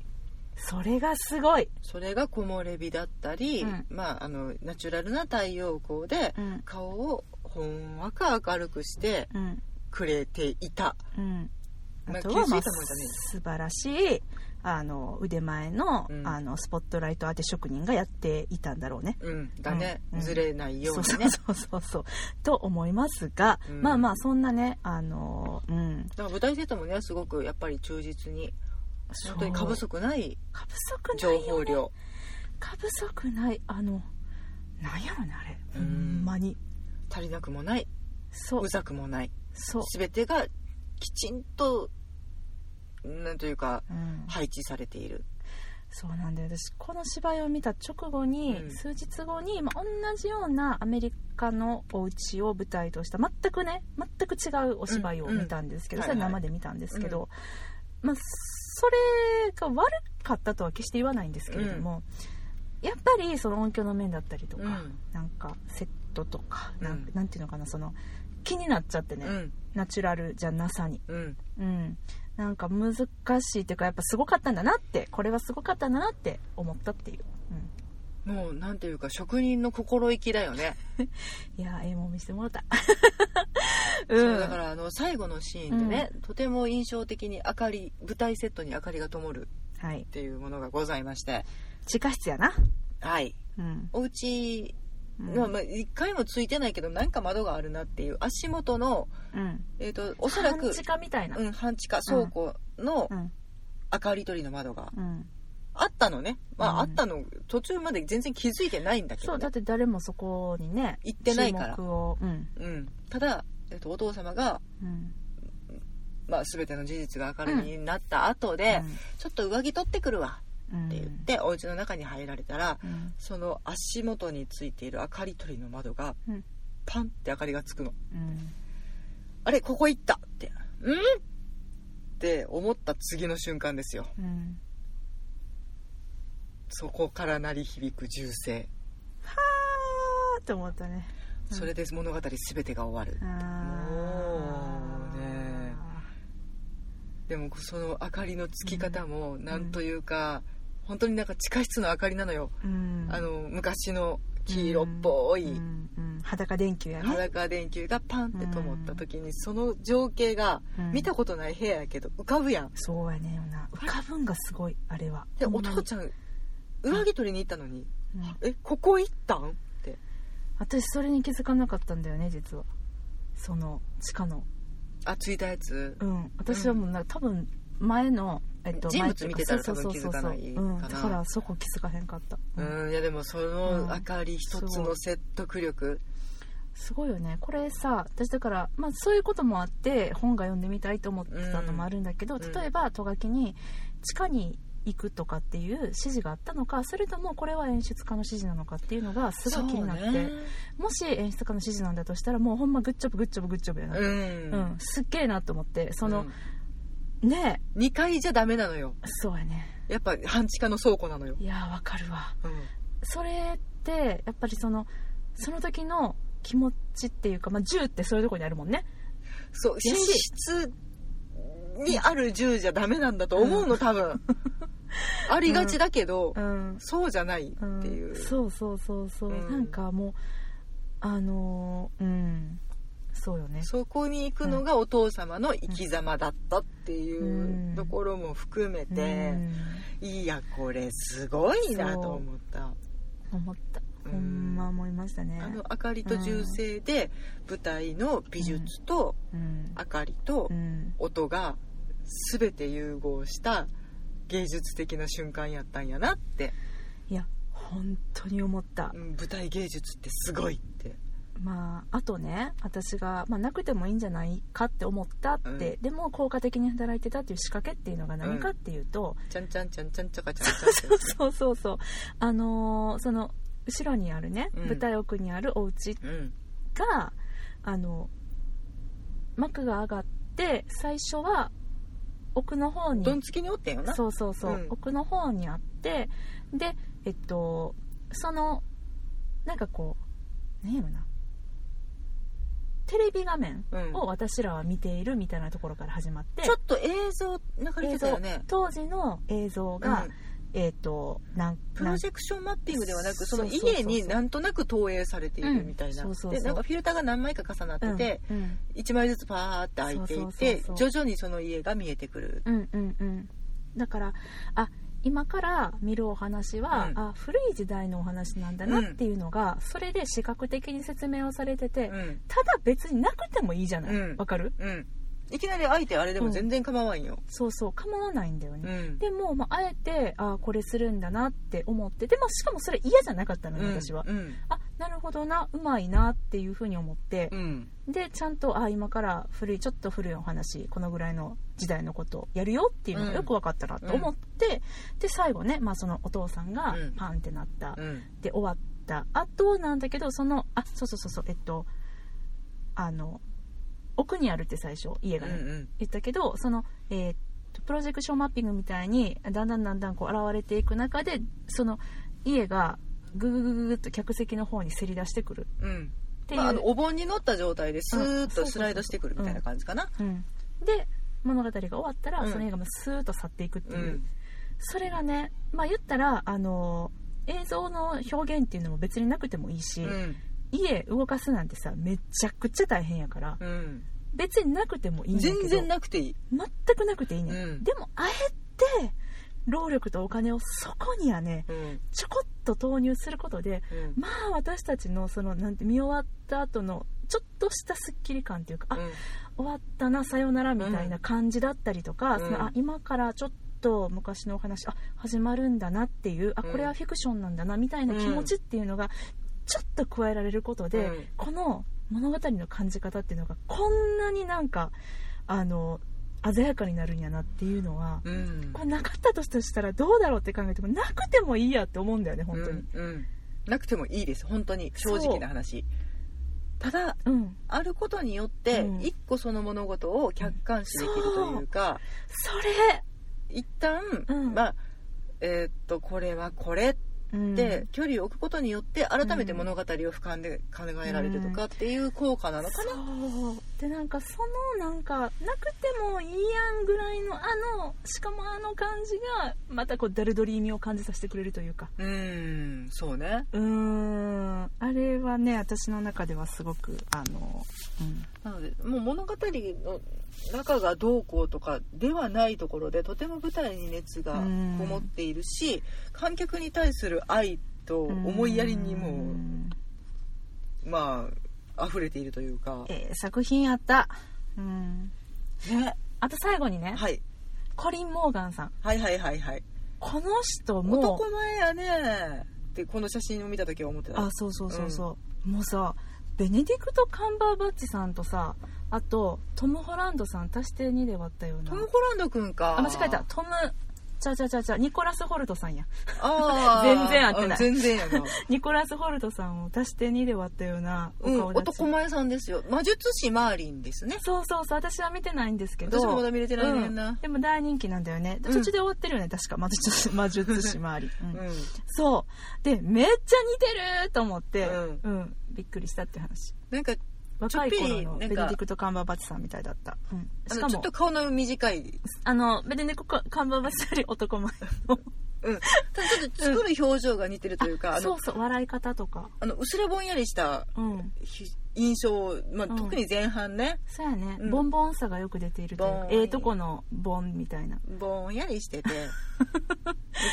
S1: それがすごい、
S2: それが木漏れ日だったり、
S1: うん
S2: まあ、あのナチュラルな太陽光で
S1: うん
S2: 顔をほんわか明るくして
S1: うん
S2: くれていた
S1: うん、
S2: まあ
S1: あとは、まあ、
S2: 吸水玉じゃねえ
S1: 素晴らしいあの腕前の,、
S2: うん
S1: あのスポットライト当て職人がやっていたんだろうね。
S2: うんだね、
S1: うん
S2: ずれないよう
S1: そうそう
S2: にね
S1: そうそうそうと思いますが、
S2: うん
S1: まあまあそんなねあのうん
S2: だから舞台生徒もねすごくやっぱり忠実に本当に過不
S1: そう
S2: 足ない
S1: 過不足ない
S2: 情
S1: よね
S2: 報量
S1: 過不足ないあのなんやろねあれほ
S2: うん
S1: んまに
S2: 足りなくもない
S1: そう
S2: うざくもない
S1: そう、
S2: 全てがきちんとなんというか
S1: うん、
S2: 配置されている
S1: そうなんだよ私この芝居を見た直後に、
S2: うん
S1: 数日後に、まあ、同じようなアメリカのお家を舞台とした全くね全く違うお芝居を見たんですけど、
S2: うん
S1: それ
S2: はいはい
S1: 生で見たんですけど、まあ、それが悪かったとは決して言わないんですけれども、やっぱりその音響の面だったりとか、
S2: うん
S1: なんかセットとかなん
S2: うん
S1: なんていうのかなその気になっちゃってね、
S2: うん
S1: ナチュラルじゃなさに。
S2: うん
S1: うん、なんか難しいっていうかやっぱすごかったんだなってこれはすごかったんだなって思ったっていう、
S2: もうなんていうか職人の心意気だよね、
S1: うん、いやーええもん見せてもらった
S2: そうだかららあの最後のシーンでね、とても印象的に明かり舞台セットに明かりが灯る
S1: はい
S2: っていうものがございまして
S1: 地下室やな
S2: はい
S1: うん、
S2: お家
S1: うん
S2: まあまあ一回もついてないけどなんか窓があるなっていう足元の、
S1: うん、
S2: えー、とおそらく
S1: 半地下みたいな、
S2: うん、半地下倉庫の
S1: うん
S2: 明かり取りの窓が
S1: うん
S2: あったのね、まあ、あ
S1: うん
S2: ったの途中まで全然気づいてないんだけ
S1: そ
S2: ど、
S1: うだ
S2: ね
S1: って誰もそこにね
S2: 行ってないから
S1: 注目をうん
S2: うん、ただ、えっとお父様が、
S1: うん
S2: まあ、全ての事実が明るみになった後で、ちょっと上着取ってくるわ
S1: うん
S2: って言って、お家の中に入られたら
S1: うん
S2: その足元についている明かり取りの窓が
S1: うん
S2: パンって明かりがつくの
S1: うん
S2: あれここ行ったってうんって思った次の瞬間ですよ
S1: うん
S2: そこから鳴り響く銃声
S1: はあって思ったねうん
S2: それで物語全てが終わる、
S1: あー
S2: もうねでもその明かりのつき方もなんというか、本当になんか地下室の明かりなのよ、
S1: うん
S2: あの昔の黄色っぽい
S1: うんうん裸電球やね、
S2: 裸電球がパンって灯った時にその情景が
S1: うん
S2: 見たことない部屋やけど浮かぶやん
S1: そうやねんよな浮かぶんがすごいあれは
S2: で
S1: ほ
S2: お
S1: んまに
S2: 父ちゃん上着取りに行ったのに
S1: うん
S2: 「えここ行ったん?」って
S1: 私それに気づかなかったんだよね実はその地下の
S2: あついたやつ
S1: うん私はもうな多分前の、えっと、
S2: 人物
S1: 前っていうか
S2: 見てたら
S1: そうそうそうそう
S2: 多分気づかないかな
S1: うん、だからそこ気づかへんかった、
S2: う
S1: うん
S2: んいやでもその明かり一つの説得力
S1: すごいよねこれさ私だから、まあ、そういうこともあって本が読んでみたいと思ってたのもあるんだけど、
S2: うん
S1: 例えばト書きに地下に行くとかっていう指示があったのかそれともこれは演出家の指示なのかっていうのがすごい気になって、
S2: そうね
S1: もし演出家の指示なんだとしたらもうほんまグッジョブグッジョブグッジョブやな、
S2: うん、
S1: うんすっげえなと思ってその
S2: うん、
S1: ねえ
S2: 2階じゃダメなのよ
S1: そうやね
S2: やっぱ半地下の倉庫なのよ、
S1: いやーわかるわ
S2: うん
S1: それってやっぱりそのその時の気持ちっていうか、まあ、銃ってそういうとこにあるもんね
S2: そう
S1: や
S2: 寝
S1: し
S2: 室にある銃じゃダメなんだと思うの多 分ありがちだけど、
S1: うん
S2: そうじゃないって
S1: うん
S2: いう、
S1: そうそうそうそう、
S2: うん
S1: なんかもうあのーうんそうよね
S2: そこに行くのがお父様の生き様だったっていううんところも含めて、いやこれすごいなと思った、
S1: うん、思った
S2: うん
S1: ほんま思いましたね
S2: あの明かりと銃声で舞台の美術と
S1: うん、
S2: 明かりと
S1: うん、
S2: 音が全て融合した芸術的な瞬間やったんやなって、
S1: いや本当に思った
S2: うん、舞台芸術ってすごいって
S1: まあ、あとね私が、まあ、なくてもいいんじゃないかって思ったって、でも効果的に働いてたっていう仕掛けっていうのが何かっていうと、
S2: ちゃんちゃんちゃんちゃんちゃかちゃんちゃんって
S1: そうそうそうあのーその後ろにあるね、
S2: うん
S1: 舞台奥にあるお家
S2: うん
S1: があの幕が上がって最初は奥の方に
S2: どんつきにおってんよな
S1: そうそうそう、
S2: うん
S1: 奥の方にあってでえっとそのなんかこう何やろなテレビ画面
S2: うん
S1: を私らは見ているみたいなところから始まって、
S2: ちょっと映像流れ
S1: 映
S2: てた
S1: 像
S2: よね
S1: 当時の映像が、えっ、となん
S2: プロジェクションマッピングではなくその
S1: そうそうそうそう
S2: 稲になんとなく投影されているみたいな、
S1: うんそうそうそう
S2: でなんかフィルターが何枚か重なってて、
S1: うんうん
S2: 1枚ずつパーって開いていて
S1: そうそうそうそう
S2: 徐々にその家が見えてくる
S1: うんうんうんだからあ今から見るお話は、
S2: うん
S1: あ古い時代のお話なんだなっていうのが、それで視覚的に説明をされてて、
S2: うん
S1: ただ別になくてもいいじゃないわ
S2: う、ん
S1: かる
S2: うんいきなり開いてあれでも全然構わんよ、
S1: そうそう構わないんだよ
S2: うん
S1: ね、でも、まあ、あえてあこれするんだなって思ってでもしかもそれ嫌じゃなかったのね、
S2: うん
S1: 私は、
S2: うん
S1: あなるほどなうまいなっていうふうに思って
S2: う、ん
S1: でちゃんとあ今から古いちょっと古いお話このぐらいの時代のことをやるよっていうのがよく分かったなと思って、で最後ね、まあ、そのお父さんが
S2: うん
S1: パンってなった、
S2: うん
S1: で終わった後なんだけどそのあそうそうそうそうえっとあの奥にあるって最初家
S2: う
S1: がね、
S2: ん
S1: 言ったけどその、えーっとプロジェクションマッピングみたいにだんだんだんだんこう現れていく中でその家がグググググっと客席の方にせり出してくる
S2: うん
S1: っていう、
S2: まあ、あのお盆に乗った状態でスーッとスライドしてくるみたいな感じかな、
S1: うん、で物語が終わったら、
S2: うん
S1: その映画もスーッと去っていくって
S2: う
S1: いう、
S2: ん
S1: それがねまあ言ったらあの映像の表現っていうのも別になくてもいいし、
S2: うん
S1: 家動かすなんてさめちゃくちゃ大変やから
S2: うん
S1: 別になくてもいいんだけど
S2: 全然なくていい、
S1: 全くなくていいね、
S2: うん
S1: でもあえて労力とお金をそこにはね
S2: うん
S1: ちょこっと投入することで
S2: うん
S1: まあ私たちのそのなんて見終わった後のちょっとしたスッキリ感っていうか、あ
S2: うん
S1: 終わったなさよならみたいな感じだったりとか、
S2: うん
S1: そのあ今からちょっと昔のお話あ始まるんだなっていうあ
S2: うん
S1: これはフィクションなんだなみたいな気持ちっていうのがちょっと加えられることで、
S2: うん
S1: この物語の感じ方っていうのがこんなになんかあの鮮やかになるんやなっていうのは、
S2: うん
S1: これなかったとしたらどうだろうって考えてもなくてもいいやって思うんだよね本当に。
S2: うんうんなくてもいいです本当に正直な話ただ
S1: うん、
S2: あることによって
S1: うん
S2: 一個その物事を客観視できるというか、
S1: それ、
S2: 一旦、
S1: うん
S2: まあえーっとこれはこれ
S1: うん
S2: って距離を置くことによって改めて物語を俯瞰で考えられるとかっていう効果なのかな、
S1: そうでなんかそのなんかなくてもいいやんぐらいのあのしかもあの感じがまたこうダルドリー味を感じさせてくれるというか
S2: うーんそうね
S1: うーんあれはね私の中ではすごくあの、うん、
S2: なのでもう物語の中がどうこうとかではないところでとても舞台に熱がこもっているし観客に対する愛と思いやりに
S1: う
S2: も
S1: ん
S2: まあ溢れているというか、
S1: ええ作品やったうん
S2: ね
S1: あと最後にね
S2: はい、
S1: コリン・モーガンさん
S2: はいはいはいはい
S1: この人も
S2: 男前やねってこの写真を見た時は思ってた
S1: あそうそうそうそう、もうさベネディクト・カンバーバッチさんとさあとトム・ホランドさん足して2で割ったような
S2: トム・ホランド君か
S1: あ間違えたトムちゃうちゃうちゃうちゃうニコラス・ホルトさんや
S2: あー
S1: 全然合ってない
S2: うん全然やな、
S1: ニコラス・ホルトさんを足して2で割ったようなお
S2: うん、
S1: 顔立ち、
S2: 男前さんですよ魔術師マーリンですね
S1: そうそうそう私は見てないんですけど
S2: 私もまだ見れてないねんな
S1: うんでも大人気なんだよねで
S2: うん
S1: 途中で終わってるよね、確か魔術 師魔術師周り、うん
S2: うん
S1: そうでめっちゃ似てると思って、
S2: うん
S1: うん、びっくりしたっていう話
S2: なんか
S1: 若い頃の
S2: ちょっぴりな
S1: ベ
S2: んか
S1: ネディクト・カンバーバッチさんみたいだった、うん、
S2: あ
S1: しか
S2: のちょ
S1: も
S2: っと顔の短い、
S1: あのベネディクト・カンバーバッチより男前の
S2: うん、ただちょっと作る表情が似てるというか、あ
S1: そ
S2: の
S1: うそう笑い方とか
S2: あの薄れぼんやりした
S1: うん
S2: ひ印象、まあ
S1: うん
S2: 特に前半ね
S1: そうやね、
S2: うん
S1: ボンボンさがよく出ているというか
S2: ボン
S1: ええとこのボンみたいな
S2: ぼんや りしててニ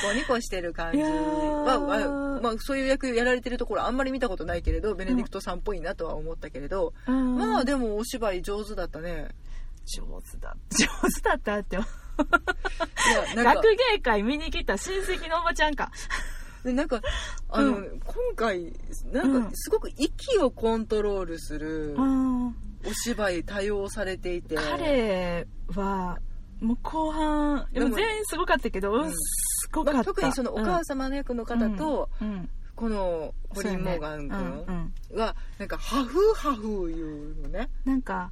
S2: コニコしてる感
S1: い
S2: じ
S1: やー
S2: は、まあまあ、そういう役やられてるところあんまり見たことないけれどベネディクトさんっぽいなとは思ったけれど、
S1: うん
S2: まあでもお芝居上手だったね
S1: 上手だ上手だった って
S2: いやなんか
S1: 学芸会見に来た親戚のおばちゃんか
S2: でなんかあの、
S1: う
S2: 今回なん
S1: う
S2: か
S1: ん
S2: すごく息をコントロールする
S1: うん
S2: お芝居多用されていて
S1: 彼はもう後半でも
S2: でも
S1: 全員すごかったけど、うん
S2: うん
S1: すごかった、
S2: まあ、特にそのお母様の役の方と、
S1: うん、うん
S2: このコリン・モーガン君
S1: そうやねうんうん
S2: はなんかハフハフいうのね、
S1: なんか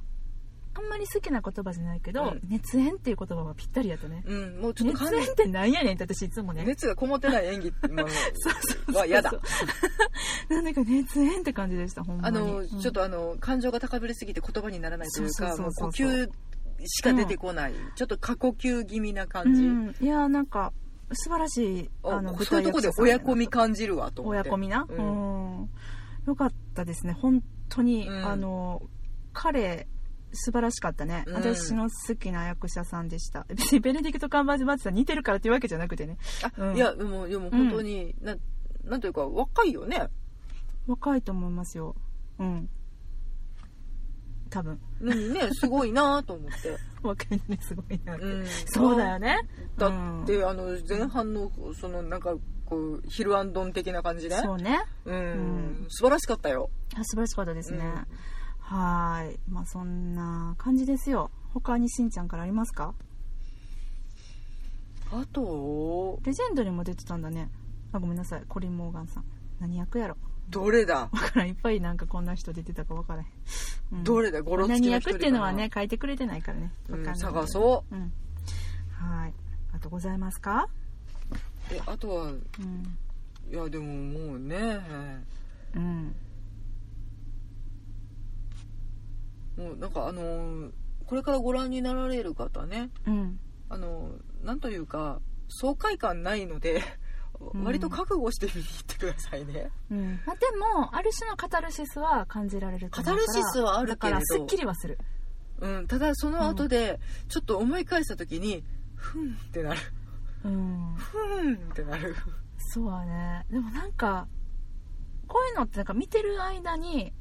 S1: あんまり好きな言葉じゃないけど、
S2: うん
S1: 熱演っていう言葉はぴったりやったね
S2: うん、もうちょっと完
S1: 熱
S2: 全
S1: 演ってなんやねんって私いつもね
S2: 熱がこもってない演技っても
S1: そうそうそう
S2: のは嫌だ
S1: なんだか熱演って感じでしたほんま
S2: あ
S1: に
S2: の、
S1: うん
S2: ちょっとあの感情が高ぶりすぎて言葉にならないという
S1: そう
S2: か
S1: そうそうそう
S2: もう呼吸しか出てこない、ちょっと過呼吸気味な感じ、
S1: うんいやーなんか素晴らしい
S2: あのそ
S1: 舞
S2: うい
S1: 台
S2: うとこ
S1: 役
S2: で
S1: 者さんや
S2: 親
S1: な
S2: 子み感じるわと思っ
S1: 親
S2: て
S1: 込みな、
S2: う
S1: うんんよかったですね本当に、
S2: うん
S1: あの彼素晴らしかったね、
S2: うん
S1: 私の好きな役者さんでした別にベネディクト・カンバージバッチさん似てるからっていうわけじゃなくてね
S2: あ、
S1: うん
S2: いやでもでも本当に、ななんというか若いよね
S1: 若いと思いますようん多 分
S2: うんねすごいなと思って、
S1: 若いのにすごいな、
S2: うん、
S1: そうだよね
S2: だ
S1: うん
S2: って、あの前半のそのなんかこうヒルアンドン的な感じね
S1: そうね
S2: うん、
S1: うん
S2: 素晴らしかったよ
S1: あ素晴らしかったですね、
S2: うん
S1: はーいまあそんな感じですよ他にしんちゃんからありますか
S2: あと
S1: レジェンドにも出てたんだねあごめんなさいコリン・モーガンさん何役やろ
S2: どれだ
S1: わからんいっぱいなんかこんな人出てたかわからへん、うん
S2: どれだゴロつき
S1: 何
S2: の一人
S1: 役
S2: かな
S1: っていうのはね書いてくれてないからねわか
S2: う
S1: んない、、
S2: ん、探そう
S1: ん、はいあとございますか
S2: うであとは
S1: うん、
S2: いやでももうね
S1: うん、
S2: もうなんかあのーこれからご覧になられる方ね
S1: うん
S2: あのーなんというか爽快感ないので
S1: ん
S2: 割と覚悟して見に行ってくださいね、
S1: うんまあ、でもある種のカタルシスは感じられると思うから
S2: カタルシスはあるけれ
S1: だから
S2: ど
S1: すっきりはする
S2: うん、ただその後でちょっと思い返した時にふんってなる
S1: うん
S2: ふんってなる
S1: そうはねでもなんかこういうのってなんか見てる間に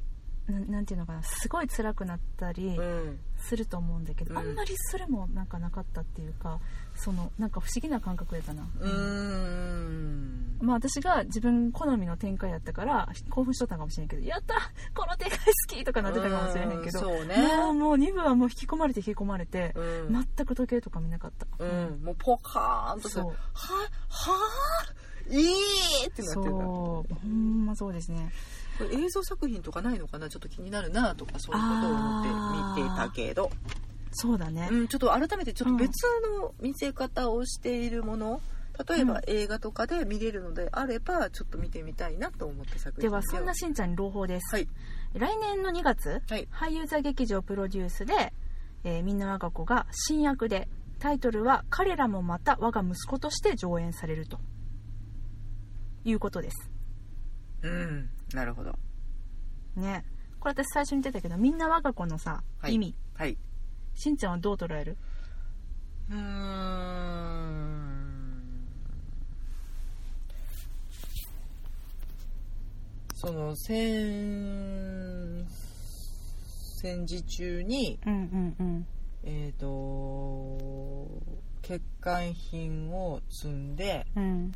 S1: ななんていうのかなすごい辛くなったり、
S2: うん
S1: すると思うんだけど、
S2: うん
S1: あんまりそれもなんかなかったっていうかそのなんか不思議な感覚やったな、
S2: うーん
S1: まあ私が自分好みの展開やったから興奮しとったんかもしれんけど「やったこの展開好き!」とかなってたかもしれへんけど、
S2: うんそうね
S1: もうもう2部はもう引き込まれて引き込まれて、
S2: うん、
S1: 全く時計とか見なかった、
S2: うん、もうポカーンとさ
S1: そう
S2: ははーいいってなって
S1: そ
S2: る
S1: う
S2: な
S1: ほんまそうですね
S2: これ映像作品とかないのかなちょっと気になるなとかそういうことを思って見てたけど、
S1: そうだね
S2: うん、ちょっと改めてちょっと別の見せ方をしているもの、例え
S1: う
S2: ば
S1: ん
S2: 映画とかで見れるのであればちょっと見てみたいなと思った作
S1: で
S2: 品
S1: はそんなしんちゃんに朗報です、
S2: はい
S1: 来年の2月、
S2: はい
S1: 俳優座劇場プロデュースで、えーみんな我が子が新役でタイトルは「彼らもまた我が息子として上演される」ということです
S2: うんなるほど
S1: ねこれ私最初に言ってたけどみんな我が子のさ、
S2: はい
S1: 意味
S2: はい
S1: しんちゃんはどう捉える
S2: うーんその戦戦時中に
S1: うんうんうん
S2: えー、と欠陥品を積んで
S1: うん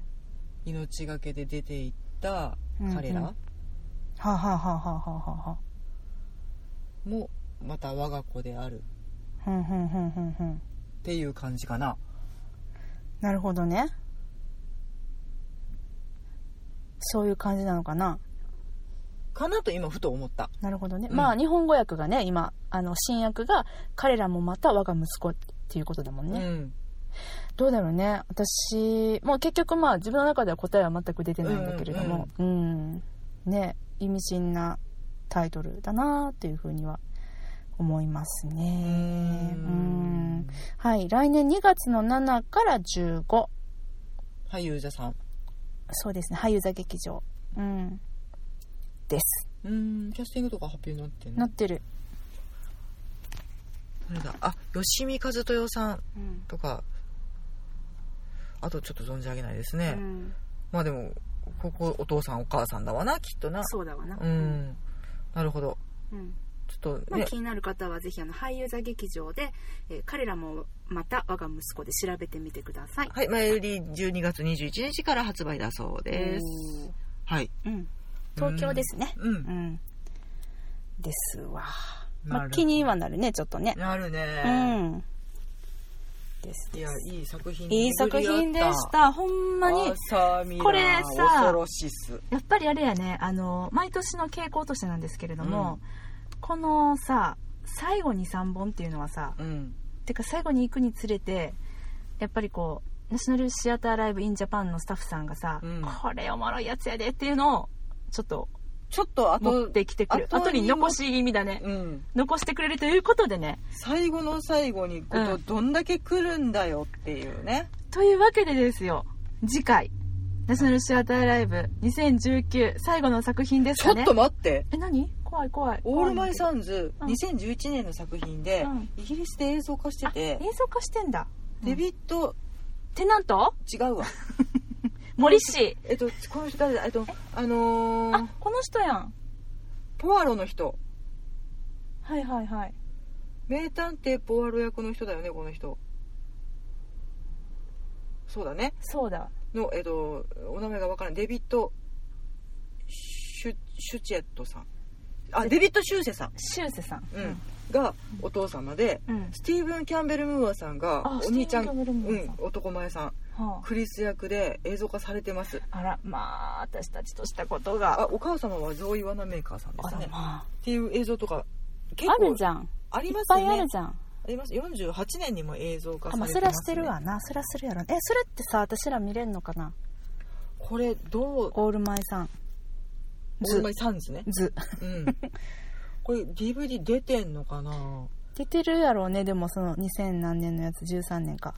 S2: 命がけで出ていった
S1: うん
S2: 彼ら
S1: はあはあはあはあはあはあ
S2: もまた我が子であるっ
S1: ふんふんふんふんふん
S2: ていう感じかな
S1: なるほどねそういう感じなのかな
S2: かなと今ふと思った
S1: なるほどね、
S2: うん
S1: まあ日本語訳がね今あの新訳が「彼らもまた我が息子」っていうことだもんね、
S2: うん
S1: どうだろうね私もう結局まあ自分の中では答えは全く出てないんだけれどもうんね意味深なタイトルだなというふうには思いますねうんはい来年2月の7から15
S2: 俳優者さん
S1: そうですね俳優座劇場うんです
S2: うんキャスティングとか発表になってん
S1: な
S2: の
S1: ってる、
S2: これだあ吉見和豊さんとかあとちょっと存じ上げないですね、まあでもここお父さんお母さんだわなきっとな
S1: そうだわな
S2: うん、なるほど
S1: うん
S2: ちょっと
S1: まあ、
S2: ね、
S1: 気になる方はぜひあの俳優座劇場で、えー彼らもまた我が息子で調べてみてください。
S2: はい、前より12月21日から発売だそうです。はい。
S1: うん、東京ですね。
S2: う。
S1: うんん、ですわ。
S2: な
S1: まあ、
S2: る
S1: 気にはなるねちょっとね。
S2: なる
S1: う
S2: ね。
S1: ん。です
S2: いや、いい作品
S1: いい作品でした。ほんまに。
S2: こ
S1: こ
S2: れ
S1: れ
S2: さ、
S1: さ
S2: 恐ろしいっす。
S1: やっぱりあれやねあの毎年の傾向としてなんですけれども、このさ最後に3本っていうのはさ
S2: うん。
S1: てか最後に行くにつれてやっぱりこうナショナルシアターライブインジャパンのスタッフさんがさ、
S2: うん
S1: これおもろいやつやでっていうのをちょっと
S2: ちょっとあ
S1: 持っ
S2: と、
S1: てきてくれる
S2: あと
S1: 後に残し気味だね
S2: うん。
S1: 残してくれるということでね
S2: 最後の最後にこと、
S1: うん
S2: どんだけ来るんだよっていうね。
S1: というわけでですよ次回ナショナルシアターライブ2019最後の作品です
S2: ちょ
S1: か
S2: っ
S1: ね
S2: と待って
S1: え何怖い怖い
S2: オールマイ
S1: ん
S2: サンズ
S1: うん
S2: 2011年の作品で
S1: うん
S2: イギリスで映像化して
S1: あ映
S2: て
S1: 像化してんだ
S2: デビッド
S1: テナント
S2: 違 うわ
S1: 森氏
S2: えっとこの人誰だえっとあのー
S1: あこの人やん
S2: ポワロの人
S1: はいはいはい
S2: 名探偵ポワロ役の人だよねこの人そうだね
S1: そうだ
S2: のえっとお名前がわからないデビッドシュシュチェットさんあデビッド・シューセさん、
S1: シューセさん
S2: うん、がお父様で
S1: うん、うん
S2: スティーブン・キャンベル・ムーアさんが
S1: あ
S2: お兄ちゃん
S1: スティーブンキャンベルムーアさん
S2: うん、男前さん
S1: は
S2: クリス役で映像化されてます
S1: あ、あらまあ私たちとしたことが
S2: あお母様はゾーイ・ワナメーカーさんで
S1: あ
S2: す
S1: ら
S2: ねっ
S1: ま
S2: ていう映像とか結
S1: ああ
S2: 構
S1: るじゃん
S2: あり
S1: いっ
S2: ます
S1: ぱ
S2: ね
S1: いあるじゃん
S2: あります48年にも映像化
S1: あ
S2: さ
S1: ま
S2: れ
S1: あ
S2: てます、
S1: それはして
S2: ね、
S1: るわなそれはするやろえそれってさ私ら見れんのかな
S2: これどう
S1: オールマイさん
S2: オールマイサンズね
S1: 図
S2: うんこれ DVD 出てんのかなも
S1: 出てるやろうねでもその2000何年のやつ13年か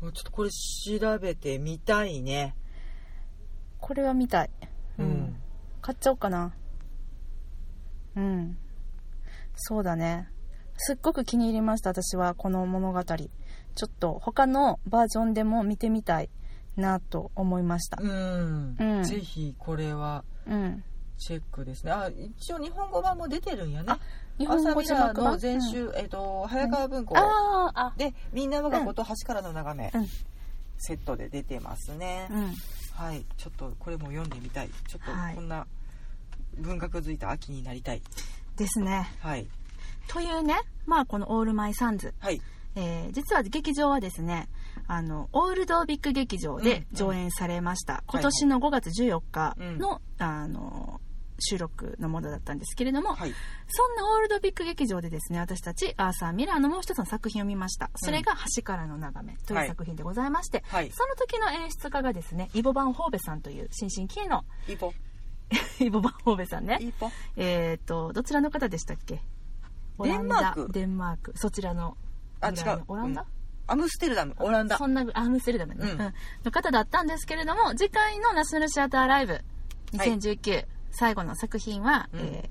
S2: うちょっとこれ調べてみたいね
S1: これは見たい
S2: うん、
S1: 買っちゃおうかなうんそうだねすっごく気に入りました私はこの物語ちょっと他のバージョンでも見てみたいなと思いました
S2: うん
S1: うん
S2: ぜひこれは
S1: うん
S2: チェックですねあ一応日本語版も出てるんやね
S1: あ日本語字幕版
S2: 朝ミラーの全集、えっと早川文庫
S1: うんあーあ
S2: で「みんな我が子と橋からの眺め」
S1: うん
S2: セットで出てますね、
S1: うん
S2: はいちょっとこれも読んでみたいちょっ
S1: はい
S2: とこんな文学づいた秋になりたい
S1: ですね
S2: はい
S1: というねまあこの「オールマイ・サンズ
S2: はい」
S1: えー実は劇場はですねあのオールドビッグ劇場で上演されました、今年の5月14日の,、あの収録のものだったんですけれども、
S2: はい
S1: そんなオールドビッグ劇場でですね私たちアーサー・ミラーのもう一つの作品を見ましたそれが「橋からの眺め」とい
S2: は
S1: う
S2: い
S1: 作品でございまして、
S2: はい
S1: その時の演出家がですねイボ・バン・ホーベさんという新進気鋭 の
S2: 一歩
S1: イボ・バン・ホーベさんね
S2: 一歩
S1: えっ、とどちらの方でしたっけオ
S2: デ
S1: ラ
S2: ン
S1: ン
S2: マー
S1: ダ
S2: ク
S1: デンマークそちらの
S2: あ
S1: ぐらい
S2: 違う
S1: のオランダ、
S2: うんアムステルダムオランダ
S1: そんなぐ、アムステルダムね、
S2: うん
S1: うんの方だったんですけれども、次回のナショナルシアターライブ2019、最後の作品は、
S2: うん
S1: え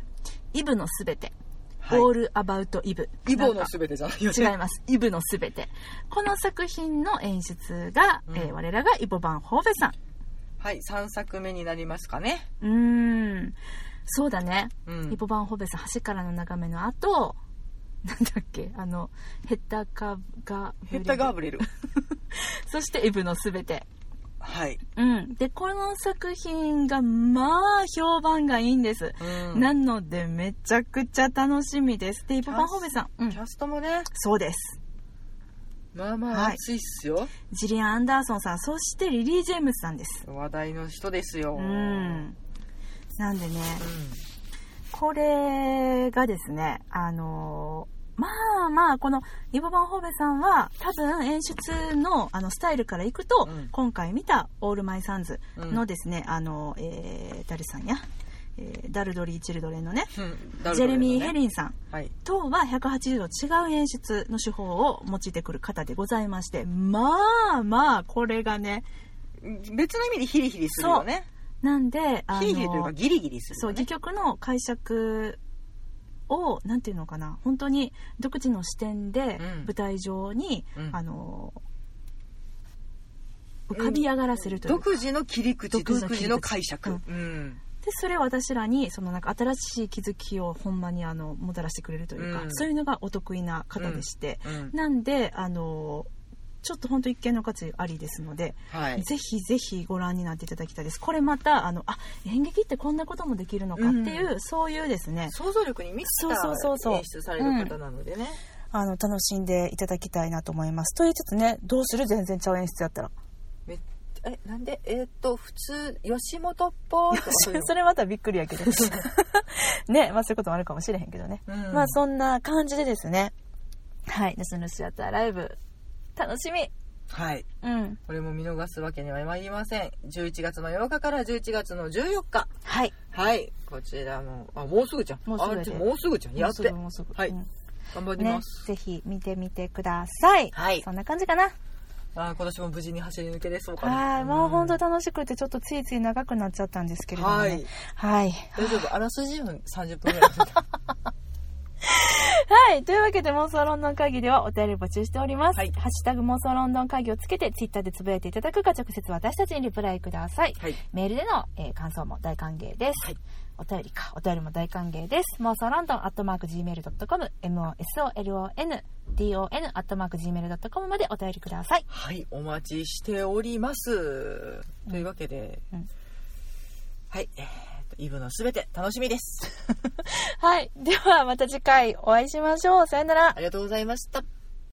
S1: ーイブのすべて、
S2: はい
S1: オールアバウトイブ。
S2: イボ
S1: なん
S2: の
S1: か
S2: すべてじゃないよ
S1: 違い
S2: ね
S1: ます。イブのすべて。この作品の演出が、
S2: うん
S1: えー我らがイボバン・ホーベさん。
S2: はい3作目になりますかね
S1: うーん。そうだね。
S2: うん
S1: イボバン・ホーベさん、橋からの眺めの後、なんだっけ、あの、ヘッダカが、
S2: ヘッダガーブレル
S1: そしてイブのすべて。
S2: はい、
S1: うん、でこの作品がまあ評判がいいんです、
S2: うん
S1: なのでめちゃくちゃ楽しみですでイボ・バンホーベさん、う
S2: キ
S1: ん、
S2: ャストもね
S1: そうです
S2: まあまあ
S1: はい
S2: 熱いっすよ、
S1: ジリアン・アンダーソンさんそしてリリー・ジェームスさんです
S2: 話題の人ですよ
S1: うんなんでね
S2: うん
S1: これがですねあのーまあまあこのイボ・バンホーベさんは多分演出のあのスタイルからいくと、
S2: うん
S1: 今回見た「オールマイ・サンズ」
S2: うん
S1: のですね、あの、えー誰さんや、えーダルドリー・チルドレンのね
S2: うん
S1: ジェレミー・ヘ
S2: ン、
S1: リンさん
S2: はい、
S1: とは180度違う演出の手法を用いてくる方でございましてまあまあこれがね
S2: 別の意味でヒリヒリするよね
S1: なんであ
S2: ヒリヒリというか
S1: の
S2: ギリギリする
S1: そう
S2: よ、ね、
S1: 戯曲の解釈をなんていうのかな本当に独自の視点で
S2: うん
S1: 舞台上に、
S2: うん
S1: あの浮かび上がらせるというか
S2: 独自の切り口
S1: 独
S2: 独
S1: 自の切り口
S2: 自の解釈、
S1: う
S2: うんん
S1: でそれを私らにそのなんか新しい気づきをほんまにあのもたらしてくれるというか、
S2: うん
S1: そういうのがお得意な方でして、
S2: うん
S1: なんであのちょっと本当一見の価値ありですので、
S2: はい、
S1: ぜひぜひご覧になっていただきたいですこれまたあのあ演劇ってこんなこともできるのかっていう、そういうですね
S2: 想像力に満ちた
S1: そうそうそうそう
S2: 演出される方なのでね、
S1: あの楽しんでいただきたいなと思いますと言いつつねどうする全然ちゃう演出やったら
S2: めえなんでえーっと普通吉本っぽいとかそういう の
S1: それまたびっくりやけど ねまあそういうこともあるかもしれへんけどね
S2: うん
S1: まあそんな感じでですね。はい。ナショナルシアターライブ、楽しみ
S2: はい
S1: うん。
S2: これも見逃すわけにはいりません11月の8日から11月の14日
S1: はい。
S2: はいこちらもあもうすぐじゃん
S1: もうすぐや
S2: あ
S1: で
S2: ちょもうすぐじゃんやって
S1: もうすぐもうすぐ。
S2: はい
S1: うん
S2: 頑張り
S1: ね
S2: ま、す、
S1: ぜひ見てみてください。
S2: はい
S1: そんな感じかな。
S2: あー今年も無事に走り抜けれそうかな
S1: はい、もう本当
S2: だ
S1: 楽しくて、ちょっとついつい長くなっちゃったんですけれども、ね。は
S2: は
S1: い
S2: い。
S1: はい。
S2: 大丈夫あらすじ分30分 ぐらい
S1: というわけで、妄想ロンドン会議ではお便り募集しております。
S2: はい
S1: ハッシュタグ妄想ロンドン会議をつけて、ツイッターでつぶやいていただくか、直接私たちにリプライください。
S2: はい
S1: メールでの、えー感想も大歓迎です。
S2: はい
S1: お便りか、お便りも大歓迎です。妄想ロンドン、アットマーク Gmail.com、MOSOLON、DON、アットマーク Gmail.com までお便りください。
S2: はいお待ちしておりますというわけで、
S1: うん
S2: はいえーとイブのすべて楽しみです
S1: はい。では、また次回お会いしましょう。さよなら
S2: あ。りがとうございました